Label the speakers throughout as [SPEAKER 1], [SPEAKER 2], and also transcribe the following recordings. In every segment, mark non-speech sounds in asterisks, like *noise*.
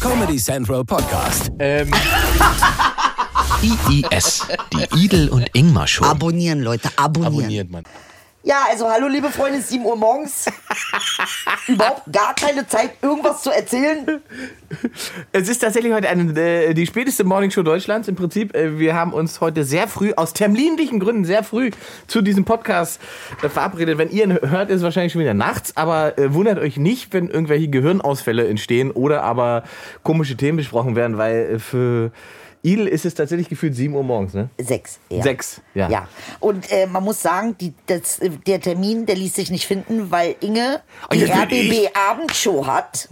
[SPEAKER 1] Comedy Central Podcast.
[SPEAKER 2] Ähm,
[SPEAKER 3] IIS, die Idel und Ingmar Show.
[SPEAKER 4] Abonnieren, Leute, abonnieren.
[SPEAKER 2] abonniert man.
[SPEAKER 4] Ja, also hallo liebe Freunde, es ist 7
[SPEAKER 2] *laughs*
[SPEAKER 4] Uhr morgens. Überhaupt gar keine Zeit, irgendwas zu erzählen.
[SPEAKER 2] Es ist tatsächlich heute eine, äh, die späteste Morningshow Deutschlands. Im Prinzip, äh, wir haben uns heute sehr früh, aus terminlichen Gründen sehr früh zu diesem Podcast äh, verabredet. Wenn ihr ihn hört, ist es wahrscheinlich schon wieder nachts, aber äh, wundert euch nicht, wenn irgendwelche Gehirnausfälle entstehen oder aber komische Themen besprochen werden, weil äh, für Idel ist es tatsächlich gefühlt 7 Uhr morgens, ne?
[SPEAKER 4] Sechs. Ja.
[SPEAKER 2] Sechs, ja.
[SPEAKER 4] Ja. Und äh, man muss sagen, die, das, äh, der Termin, der ließ sich nicht finden, weil Inge die
[SPEAKER 2] Oh, jetzt bin ich.
[SPEAKER 4] RBB-Abendshow hat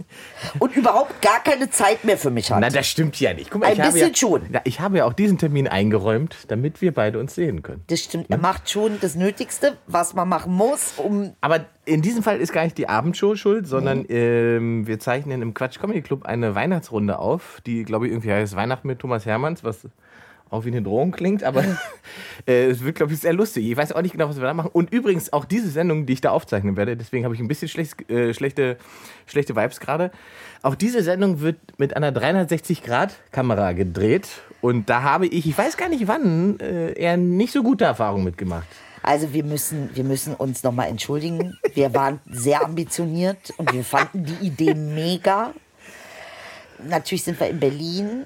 [SPEAKER 4] und überhaupt gar keine Zeit mehr für mich hat.
[SPEAKER 2] Na, das stimmt ja nicht. Guck mal,
[SPEAKER 4] Ein
[SPEAKER 2] ich habe
[SPEAKER 4] bisschen
[SPEAKER 2] ja,
[SPEAKER 4] schon.
[SPEAKER 2] Na, ich habe ja auch diesen Termin eingeräumt, damit wir beide uns sehen können.
[SPEAKER 4] das stimmt, er macht schon das Nötigste, was man machen muss, um
[SPEAKER 2] Aber in diesem Fall ist gar nicht die Abendshow schuld, sondern ähm, wir zeichnen im Quatsch Comedy Club eine Weihnachtsrunde auf, die, glaube ich, irgendwie heißt Weihnachten mit Thomas Hermanns, was auch wie eine Drohung klingt, aber *laughs* äh, es wird, glaube ich, sehr lustig. Ich weiß auch nicht genau, was wir da machen. Und übrigens auch diese Sendung, die ich da aufzeichnen werde, deswegen habe ich ein bisschen schlecht, äh, schlechte, schlechte Vibes gerade. Auch diese Sendung wird mit einer 360-Grad-Kamera gedreht. Und da habe ich, ich weiß gar nicht wann, äh, eher nicht so gute Erfahrungen mitgemacht.
[SPEAKER 4] Also wir müssen, wir müssen uns nochmal entschuldigen. Wir waren sehr ambitioniert und wir fanden die Idee mega. Natürlich sind wir in Berlin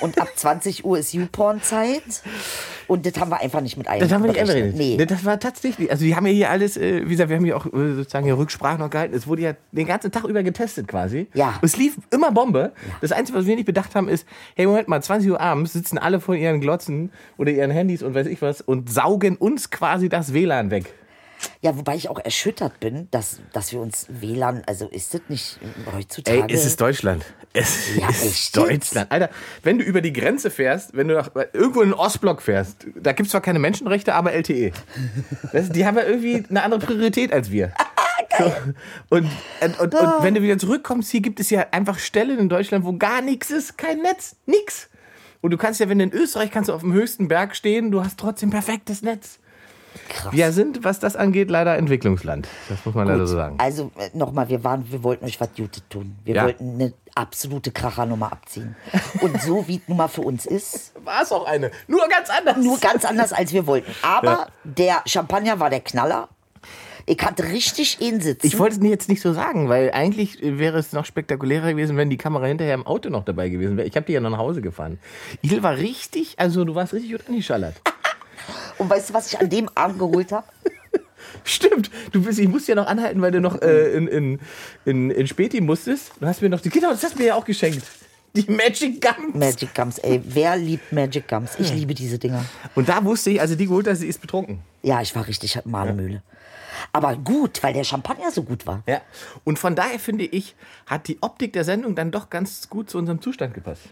[SPEAKER 4] und ab 20 Uhr ist YouPorn-Zeit. Und das haben wir einfach nicht mit
[SPEAKER 2] Das haben wir nicht
[SPEAKER 4] einberechnet.
[SPEAKER 2] einberechnet.
[SPEAKER 4] Nee.
[SPEAKER 2] Nee, Das war tatsächlich. Also, die haben ja hier alles, äh, wie gesagt, wir haben hier auch äh, sozusagen hier Rücksprachen noch gehalten. Es wurde ja den ganzen Tag über getestet quasi.
[SPEAKER 4] Ja.
[SPEAKER 2] Es lief immer Bombe. Das Einzige, was wir nicht bedacht haben, ist, hey, Moment mal, 20 Uhr abends sitzen alle vor ihren Glotzen oder ihren Handys und weiß ich was und saugen uns quasi das WLAN weg.
[SPEAKER 4] Ja, wobei ich auch erschüttert bin, dass, dass wir uns WLAN, also ist das nicht heutzutage?
[SPEAKER 2] Ey, es ist Deutschland. Es
[SPEAKER 4] Ja,
[SPEAKER 2] ist
[SPEAKER 4] echt jetzt?
[SPEAKER 2] Deutschland. Alter, wenn du über die Grenze fährst, wenn du nach, irgendwo in den Ostblock fährst, da gibt es zwar keine Menschenrechte, aber LTE. Das, die haben ja irgendwie eine andere Priorität als *laughs* wir. So. Und, und, und, und wenn du wieder zurückkommst, hier gibt es ja einfach Stellen in Deutschland, wo gar nichts ist, kein Netz, nix. Und du kannst ja, wenn du in Österreich kannst du auf dem höchsten Berg stehen, du hast trotzdem perfektes Netz.
[SPEAKER 4] Krass.
[SPEAKER 2] Wir sind, was das angeht, leider Entwicklungsland. Das muss man leider so sagen.
[SPEAKER 4] Also nochmal, wir waren, wir wollten euch was Gutes tun. Wir
[SPEAKER 2] Ja.
[SPEAKER 4] wollten eine absolute Krachernummer abziehen. Und so wie es nun mal für uns ist,
[SPEAKER 2] War es auch eine. Nur ganz anders.
[SPEAKER 4] nur ganz anders, als wir wollten. Aber der Champagner war der Knaller. Ich hatte richtig ihn sitzen.
[SPEAKER 2] Ich wollte es jetzt nicht so sagen, weil eigentlich äh, wäre es noch spektakulärer gewesen, wenn die Kamera hinterher im Auto noch dabei gewesen wäre. Ich habe die ja noch nach Hause gefahren. Idel war richtig, also du warst richtig gut angeschallert.
[SPEAKER 4] Und weißt du, was ich an dem Abend geholt habe?
[SPEAKER 2] *laughs* Stimmt, du bist, ich musste ja noch anhalten, weil du noch äh, in, in, in, in Späti musstest. Du hast mir noch die Kinder, das hast du mir ja auch geschenkt. Die Magic Gum.
[SPEAKER 4] Magic Gums, ey. Wer liebt Magic Gums? Ich liebe diese Dinger.
[SPEAKER 2] Und da wusste ich, als sie die geholt hat, sie ist betrunken.
[SPEAKER 4] Ja, ich war richtig Malemühle. Aber gut, weil der Champagner so gut war.
[SPEAKER 2] Ja. Und von daher finde ich, hat die Optik der Sendung dann doch ganz gut zu unserem Zustand gepasst.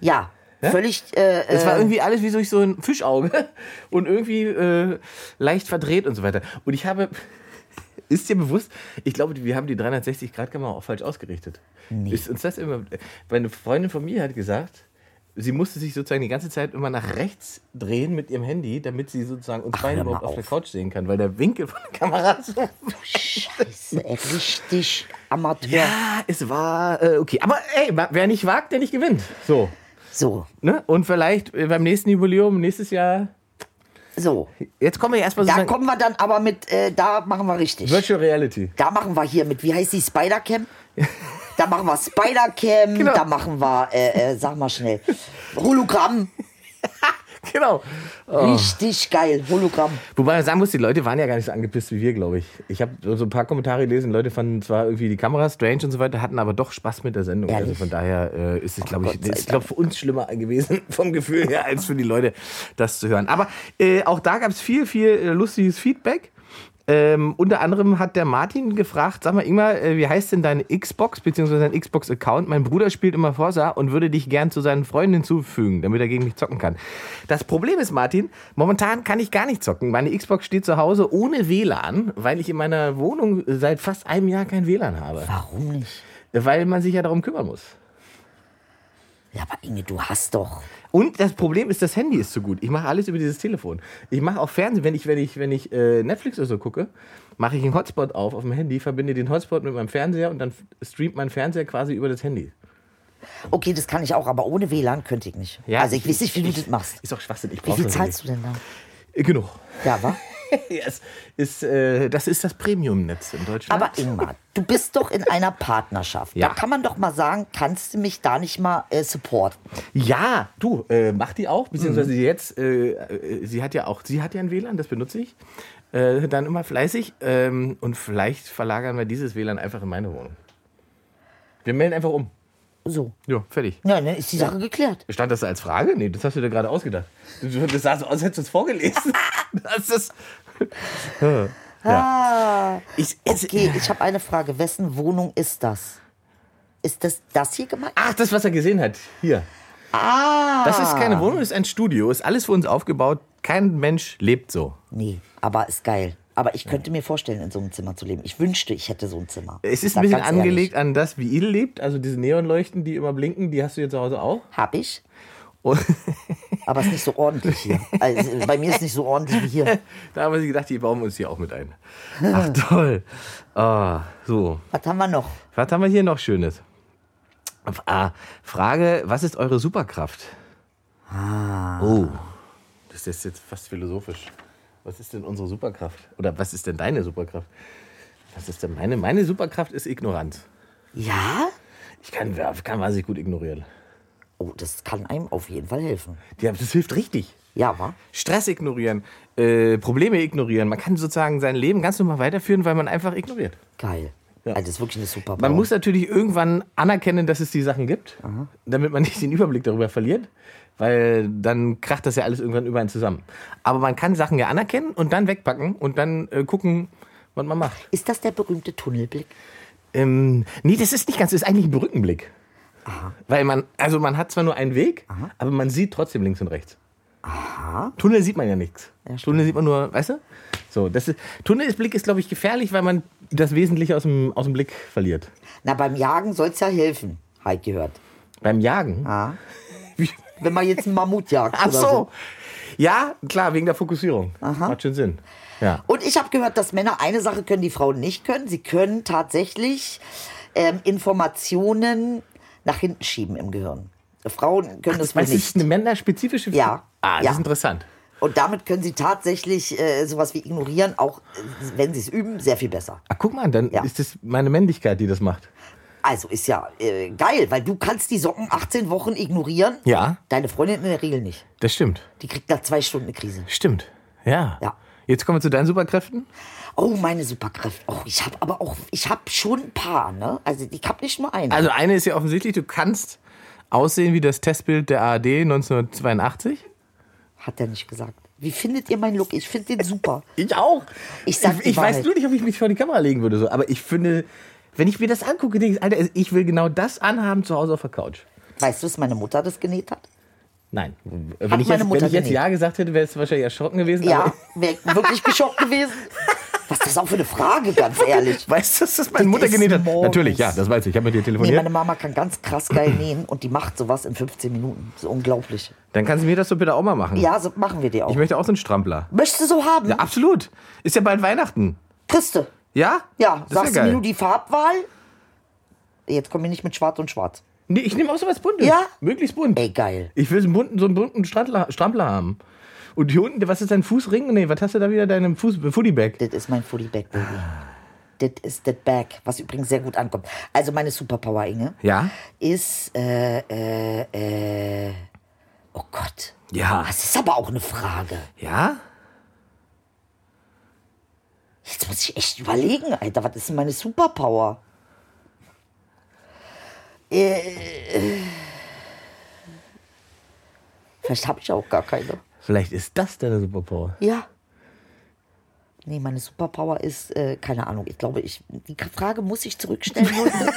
[SPEAKER 4] Ja, völlig. Äh,
[SPEAKER 2] Es war
[SPEAKER 4] äh,
[SPEAKER 2] irgendwie alles wie durch so ein Fischauge *laughs* und irgendwie äh, leicht verdreht und so weiter. Und ich habe, *laughs* ist dir bewusst, ich glaube, wir haben die 360-Grad-Kamera auch falsch ausgerichtet. Ist uns das immer, meine Freundin von mir hat gesagt, sie musste sich sozusagen die ganze Zeit immer nach rechts drehen mit ihrem Handy, damit sie sozusagen uns beide
[SPEAKER 4] hör mal
[SPEAKER 2] überhaupt auf der
[SPEAKER 4] auf.
[SPEAKER 2] Couch sehen kann, weil der Winkel von der Kamera *laughs* so
[SPEAKER 4] Scheiße, ey, richtig Amateur.
[SPEAKER 2] Ja, Ah, es war äh, okay. Aber ey, wer nicht wagt, der nicht gewinnt. So.
[SPEAKER 4] So,
[SPEAKER 2] Ne? Und vielleicht äh, beim nächsten Jubiläum, nächstes Jahr.
[SPEAKER 4] so.
[SPEAKER 2] Jetzt kommen wir erstmal
[SPEAKER 4] Da
[SPEAKER 2] sozusagen
[SPEAKER 4] kommen wir dann aber mit, äh, da machen wir richtig.
[SPEAKER 2] Virtual
[SPEAKER 4] *laughs*
[SPEAKER 2] Reality.
[SPEAKER 4] Da machen wir hier mit, wie heißt die, Spider-Cam? Da machen wir Spider-Cam,
[SPEAKER 2] Genau.
[SPEAKER 4] da machen wir, äh, äh, sag mal schnell, Hologramm.
[SPEAKER 2] Genau.
[SPEAKER 4] Richtig geil, Hologramm.
[SPEAKER 2] Wobei man sagen muss, die Leute waren ja gar nicht so angepisst wie wir, glaube ich. Ich habe so ein paar Kommentare gelesen, Leute fanden zwar irgendwie die Kamera strange und so weiter, hatten aber doch Spaß mit der Sendung.
[SPEAKER 4] Ehrlich?
[SPEAKER 2] Also von daher äh, ist es, glaube ich,
[SPEAKER 4] Gott sei
[SPEAKER 2] ist, glaub, für uns schlimmer gewesen *laughs* vom Gefühl her, als für die Leute das zu hören. Aber äh, auch da gab es viel, viel äh, lustiges Feedback. Ähm, unter anderem hat der Martin gefragt, sag mal Ingmar, äh, wie heißt denn deine Xbox bzw. dein Xbox-Account? Mein Bruder spielt immer Forza und würde dich gern zu seinen Freunden hinzufügen, damit er gegen mich zocken kann. Das Problem ist, Martin, momentan kann ich gar nicht zocken. Meine Xbox steht zu Hause ohne WLAN, weil ich in meiner Wohnung seit fast einem Jahr kein WLAN habe.
[SPEAKER 4] Warum nicht?
[SPEAKER 2] Weil man sich ja darum kümmern muss.
[SPEAKER 4] Ja, aber Inge, du hast doch.
[SPEAKER 2] Und das Problem ist, das Handy ist zu gut. Ich mache alles über dieses Telefon. Ich mache auch Fernsehen, wenn ich, wenn ich, wenn ich äh, Netflix oder so gucke, mache ich einen Hotspot auf auf dem Handy, verbinde den Hotspot mit meinem Fernseher und dann f- streamt mein Fernseher quasi über das Handy.
[SPEAKER 4] Okay, das kann ich auch, aber ohne WLAN könnte ich nicht.
[SPEAKER 2] Ja,
[SPEAKER 4] also ich,
[SPEAKER 2] ich-
[SPEAKER 4] weiß nicht, wie du das machst.
[SPEAKER 2] Ist doch Schwachsinn. Ich
[SPEAKER 4] Wie
[SPEAKER 2] brauch's
[SPEAKER 4] viel
[SPEAKER 2] doch
[SPEAKER 4] zahlst du denn da?
[SPEAKER 2] nicht. Genug. *laughs*
[SPEAKER 4] Ja, wa?
[SPEAKER 2] yes. ist, äh, das ist das Premium-Netz in Deutschland.
[SPEAKER 4] Aber Ingmar, du bist doch in einer Partnerschaft.
[SPEAKER 2] Ja.
[SPEAKER 4] Da kann man doch mal sagen, kannst du mich da nicht mal äh, supporten?
[SPEAKER 2] Ja, du, äh, mach die auch, beziehungsweise jetzt, äh, äh, sie hat ja auch, sie hat ja ein WLAN, das benutze ich. Äh, dann immer fleißig ähm, und vielleicht verlagern wir dieses WLAN einfach in meine Wohnung. Wir melden einfach um.
[SPEAKER 4] So.
[SPEAKER 2] Ja, fertig.
[SPEAKER 4] Ja, dann ist die Sache geklärt.
[SPEAKER 2] Stand das als Frage? Nee, das hast du dir gerade ausgedacht. Du- Das sah so aus, als hättest du es vorgelesen. *laughs* Das ist. Ja. Ich, es,
[SPEAKER 4] Okay, ich habe eine Frage. Wessen Wohnung ist das? Ist das das hier gemeint?
[SPEAKER 2] Ach, das, was er gesehen hat. Hier.
[SPEAKER 4] Ah!
[SPEAKER 2] Das ist keine Wohnung, das ist ein Studio. Ist alles für uns aufgebaut. Kein Mensch lebt so.
[SPEAKER 4] Nee, aber ist geil. Aber ich könnte mir vorstellen, in so einem Zimmer zu leben. Ich wünschte, ich hätte so ein Zimmer.
[SPEAKER 2] Es ist
[SPEAKER 4] Sag
[SPEAKER 2] ein bisschen
[SPEAKER 4] ganz ehrlich.
[SPEAKER 2] angelegt an das, wie Idel lebt. Also diese Neonleuchten, die immer blinken, die hast du jetzt zu Hause auch.
[SPEAKER 4] Hab ich,
[SPEAKER 2] Und *laughs*
[SPEAKER 4] aber es ist nicht so ordentlich hier. Also, bei mir ist es nicht so ordentlich
[SPEAKER 2] *laughs*
[SPEAKER 4] wie hier.
[SPEAKER 2] da haben wir sie gedacht, die bauen wir uns hier auch mit ein.
[SPEAKER 4] *laughs*
[SPEAKER 2] Ach toll. Ah, so,
[SPEAKER 4] Was haben wir noch?
[SPEAKER 2] was haben wir hier noch Schönes? Ah, Frage, was ist eure Superkraft?
[SPEAKER 4] Ah.
[SPEAKER 2] Oh, das ist jetzt fast philosophisch. Was ist denn unsere Superkraft? Oder was ist denn deine Superkraft? Was ist denn meine? Meine Superkraft ist Ignoranz.
[SPEAKER 4] Ja?
[SPEAKER 2] Ich kann, kann wahnsinnig gut ignorieren.
[SPEAKER 4] Oh, das kann einem auf jeden Fall helfen.
[SPEAKER 2] Ja, das hilft richtig.
[SPEAKER 4] Ja, wa?
[SPEAKER 2] Stress ignorieren, äh, Probleme ignorieren. Man kann sozusagen sein Leben ganz normal weiterführen, weil man einfach ignoriert.
[SPEAKER 4] Geil.
[SPEAKER 2] Ja.
[SPEAKER 4] Also, das ist wirklich eine super
[SPEAKER 2] Man muss natürlich irgendwann anerkennen, dass es die Sachen gibt, damit man nicht den Überblick darüber verliert, weil dann kracht das ja alles irgendwann über einen zusammen. Aber man kann Sachen ja anerkennen und dann wegpacken und dann äh, gucken, was man macht.
[SPEAKER 4] Ist das der berühmte Tunnelblick?
[SPEAKER 2] Ähm, nee, das ist nicht ganz, das ist eigentlich ein Brückenblick. Weil man, also man hat zwar nur einen Weg, aber man sieht trotzdem links und rechts. Tunnel sieht man ja nichts. Tunnel sieht man nur, weißt du? So, das ist, Tunnelblick ist, glaube ich, gefährlich, weil man das Wesentliche aus dem, aus dem Blick verliert.
[SPEAKER 4] Na, beim Jagen soll es ja helfen, habe ich gehört.
[SPEAKER 2] Beim Jagen.
[SPEAKER 4] Ja.
[SPEAKER 2] Wie-
[SPEAKER 4] Wenn man jetzt einen Mammut jagt.
[SPEAKER 2] Ach
[SPEAKER 4] Ah, oder
[SPEAKER 2] so. Ja, klar, wegen der Fokussierung. Macht schon Sinn. Ja.
[SPEAKER 4] Und ich habe gehört, dass Männer eine Sache können, die Frauen nicht können. Sie können tatsächlich ähm, Informationen nach hinten schieben im Gehirn. Frauen können das, wohl
[SPEAKER 2] Weil es ist
[SPEAKER 4] nicht.
[SPEAKER 2] eine männerspezifische
[SPEAKER 4] Ja.
[SPEAKER 2] Ah, das
[SPEAKER 4] Ja.
[SPEAKER 2] ist interessant.
[SPEAKER 4] Und damit können sie tatsächlich äh, sowas wie ignorieren, auch äh, wenn sie es üben, sehr viel besser.
[SPEAKER 2] Ah, guck mal, dann
[SPEAKER 4] Ja.
[SPEAKER 2] ist es meine Männlichkeit, die das macht.
[SPEAKER 4] Also ist ja äh, geil, weil du kannst die Socken 18 Wochen ignorieren.
[SPEAKER 2] Ja.
[SPEAKER 4] Deine Freundin in der Regel nicht.
[SPEAKER 2] Das stimmt.
[SPEAKER 4] Die kriegt nach zwei Stunden eine Krise.
[SPEAKER 2] Stimmt. Ja.
[SPEAKER 4] Ja.
[SPEAKER 2] Jetzt kommen wir zu deinen Superkräften.
[SPEAKER 4] Oh, meine Superkraft. Oh, ich habe aber auch, ich habe schon ein paar, ne? Also ich habe nicht nur eine.
[SPEAKER 2] Also eine ist ja offensichtlich, du kannst aussehen wie das Testbild der ARD 1982.
[SPEAKER 4] Hat er nicht gesagt. Wie findet ihr meinen Look? Ich finde den super.
[SPEAKER 2] Ich auch.
[SPEAKER 4] Ich sag die
[SPEAKER 2] ich weiß
[SPEAKER 4] Wahrheit.
[SPEAKER 2] nur nicht, ob ich mich vor die Kamera legen würde, so. aber ich finde, wenn ich mir das angucke, denke ich, Alter, ich will genau das anhaben zu Hause auf der Couch.
[SPEAKER 4] Weißt du, dass meine Mutter das genäht hat?
[SPEAKER 2] Nein. Wenn ich,
[SPEAKER 4] meine
[SPEAKER 2] jetzt, wenn
[SPEAKER 4] Mutter
[SPEAKER 2] ich jetzt
[SPEAKER 4] genäht.
[SPEAKER 2] Ja gesagt hätte, wäre es wahrscheinlich erschrocken gewesen.
[SPEAKER 4] Ja,
[SPEAKER 2] aber-
[SPEAKER 4] wäre wirklich geschockt gewesen. Was ist das auch für eine Frage, ganz ehrlich?
[SPEAKER 2] Weißt du, dass das meine
[SPEAKER 4] Das
[SPEAKER 2] Mutter
[SPEAKER 4] ist
[SPEAKER 2] genäht hat?
[SPEAKER 4] morgens.
[SPEAKER 2] Natürlich, ja, das weiß ich. Ich habe mit ihr
[SPEAKER 4] Nee,
[SPEAKER 2] telefoniert.
[SPEAKER 4] meine Mama kann ganz krass geil nähen und die macht sowas in 15 Minuten. Das ist unglaublich.
[SPEAKER 2] Dann kannst du mir das so bitte auch mal machen.
[SPEAKER 4] Ja, so machen wir die auch.
[SPEAKER 2] Ich möchte auch so einen Strampler.
[SPEAKER 4] Möchtest du so haben?
[SPEAKER 2] Ja, absolut. Ist ja bald Weihnachten.
[SPEAKER 4] Christe.
[SPEAKER 2] Ja?
[SPEAKER 4] Ja,
[SPEAKER 2] das
[SPEAKER 4] sagst
[SPEAKER 2] ist ja geil.
[SPEAKER 4] du mir nur die Farbwahl? Jetzt komm mir nicht mit Schwarz und Schwarz.
[SPEAKER 2] Nee, ich nehme auch so was Buntes.
[SPEAKER 4] Ja?
[SPEAKER 2] Möglichst bunt.
[SPEAKER 4] Ey, geil.
[SPEAKER 2] Ich will so einen bunten, so einen bunten Strampler, Strampler haben. Und hier unten, was ist dein Fußring? Nee, was hast du da wieder deinem Fuß, Foodie-Bag?
[SPEAKER 4] Das ist mein Fully Back, Baby. Das ist das Bag, was übrigens sehr gut ankommt. Also meine Superpower, Inge,
[SPEAKER 2] Ja?
[SPEAKER 4] ist, äh, äh, äh, oh Gott.
[SPEAKER 2] Ja.
[SPEAKER 4] Das ist aber auch eine Frage.
[SPEAKER 2] Ja?
[SPEAKER 4] Jetzt muss ich echt überlegen, Alter, was ist denn meine Superpower? Äh, äh. vielleicht habe ich auch gar keine.
[SPEAKER 2] Vielleicht ist das deine Superpower.
[SPEAKER 4] Ja. Nee, meine Superpower ist, äh, keine Ahnung, ich glaube, ich, die Frage muss ich zurückstellen. Leute.